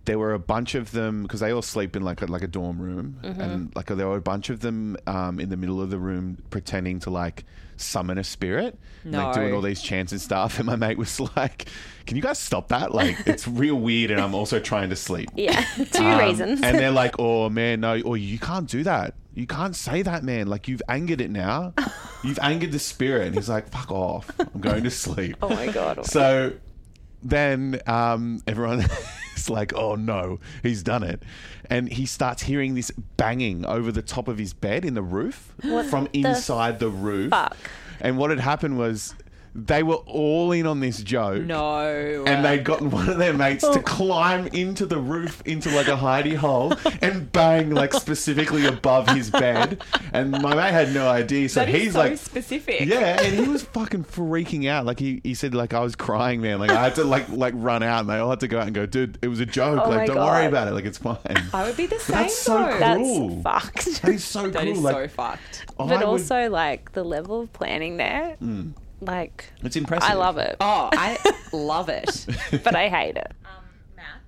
Speaker 3: there were a bunch of them because they all sleep in like a, like a dorm room, and like there were a bunch of them um, in the middle of the room pretending to like summon a spirit, and, like doing
Speaker 2: No.
Speaker 3: all these chants and stuff. And my mate was <laughs> like, "Can you guys stop that? Like it's real weird, and I'm also trying to sleep."
Speaker 2: <laughs>
Speaker 1: yeah, <laughs> two
Speaker 3: Um,
Speaker 1: reasons. <laughs>
Speaker 3: And they're like, oh man, no, or you can't do that. You can't say that, man. Like you've angered it
Speaker 1: <laughs>
Speaker 3: now. You've angered the spirit. And he's like, fuck off. I'm going to sleep.
Speaker 1: oh my god.
Speaker 3: <laughs> So then um, everyone <laughs> is like, oh no, he's done it. And he starts hearing this banging over the top of his bed in the roof from inside the roof.
Speaker 1: fuck?
Speaker 3: And what had happened was they were all in on this joke
Speaker 2: no.
Speaker 3: and they'd gotten one of their mates
Speaker 1: Oh.
Speaker 3: to climb into the roof into like a hidey hole and bang like specifically above his bed and my mate had no idea so
Speaker 2: That is
Speaker 3: he's
Speaker 2: so
Speaker 3: like
Speaker 2: specific.
Speaker 3: yeah and he was fucking freaking out like he, he said like i was crying man like i had to like like run out and they all had to go out and go dude it was a joke
Speaker 1: Oh my
Speaker 3: like don't worry
Speaker 1: God.
Speaker 3: about it like it's fine
Speaker 2: I would be the same
Speaker 3: That's so
Speaker 2: though.
Speaker 3: cool.
Speaker 1: That's
Speaker 3: Ooh. <laughs>
Speaker 1: fucked.
Speaker 3: that is so
Speaker 2: That
Speaker 3: cool
Speaker 2: is
Speaker 3: like
Speaker 2: so fucked.
Speaker 3: I
Speaker 1: <laughs> but
Speaker 3: would- Mm.
Speaker 1: also like the level of planning there like
Speaker 3: it's impressive
Speaker 1: i love it
Speaker 2: Oh,
Speaker 3: <laughs>
Speaker 2: I love it.
Speaker 1: but i hate it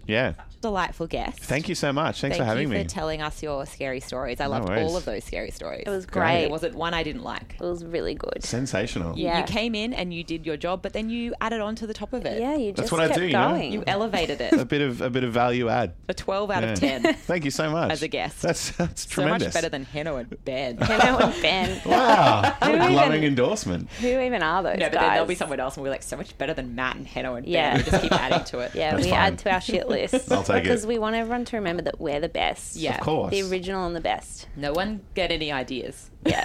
Speaker 3: yeah
Speaker 2: Delightful guest.
Speaker 3: thank you so much thanks
Speaker 2: Thank
Speaker 3: for having
Speaker 2: you
Speaker 3: me
Speaker 2: for telling us your scary stories. I loved
Speaker 3: worries.
Speaker 2: all of those scary stories.
Speaker 1: it was
Speaker 3: Great.
Speaker 1: great
Speaker 2: There wasn't one I didn't like.
Speaker 1: it was really good
Speaker 3: sensational
Speaker 2: You-
Speaker 1: Yeah.
Speaker 2: You came in and you did your job, but then you added on to the top of it.
Speaker 1: yeah you just
Speaker 3: That's what I
Speaker 1: kept
Speaker 3: do, you know?
Speaker 1: going
Speaker 2: You elevated
Speaker 3: a
Speaker 2: it.
Speaker 3: bit of a bit of value add
Speaker 2: A 12 out of
Speaker 3: Uh, <laughs> Yeah.
Speaker 2: 10.
Speaker 3: Thank you so much.
Speaker 2: As a guest.
Speaker 3: That's that's
Speaker 2: So
Speaker 3: tremendous.
Speaker 2: much better than Heno
Speaker 1: <laughs>
Speaker 2: and Ben.
Speaker 1: you know <laughs> and ben
Speaker 3: <laughs> Wow, what a
Speaker 1: even-
Speaker 3: glowing endorsement.
Speaker 1: who even are those
Speaker 2: <laughs> No, but
Speaker 1: guys
Speaker 2: then there'll be someone else and we'll be like, so much better than Matt and Heno and
Speaker 1: Yeah.
Speaker 2: Ben. We just keep adding to
Speaker 1: <laughs>
Speaker 2: it.
Speaker 1: yeah
Speaker 3: That's
Speaker 1: we
Speaker 3: fine. <laughs>
Speaker 1: add to our shit list.
Speaker 3: I'll take it.
Speaker 1: Because we want everyone to remember that we're the best.
Speaker 2: Yeah.
Speaker 3: Of course.
Speaker 1: The original and the
Speaker 3: <laughs>
Speaker 1: best.
Speaker 2: No one get any ideas.
Speaker 1: Yeah.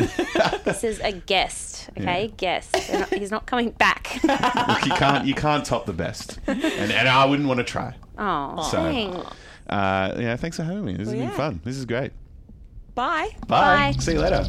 Speaker 1: this is a guest, okay? Guest. They're not- he's not coming
Speaker 3: <laughs>
Speaker 1: back.
Speaker 3: Look, you can't you can't top
Speaker 2: <laughs>
Speaker 3: the best, and and I wouldn't want to try.
Speaker 1: Oh,
Speaker 3: So-
Speaker 1: dang.
Speaker 3: Uh, yeah, thanks for having me. This has
Speaker 2: Well,
Speaker 3: been
Speaker 2: yeah.
Speaker 3: fun. This is great.
Speaker 2: Bye.
Speaker 1: Bye.
Speaker 3: See you later.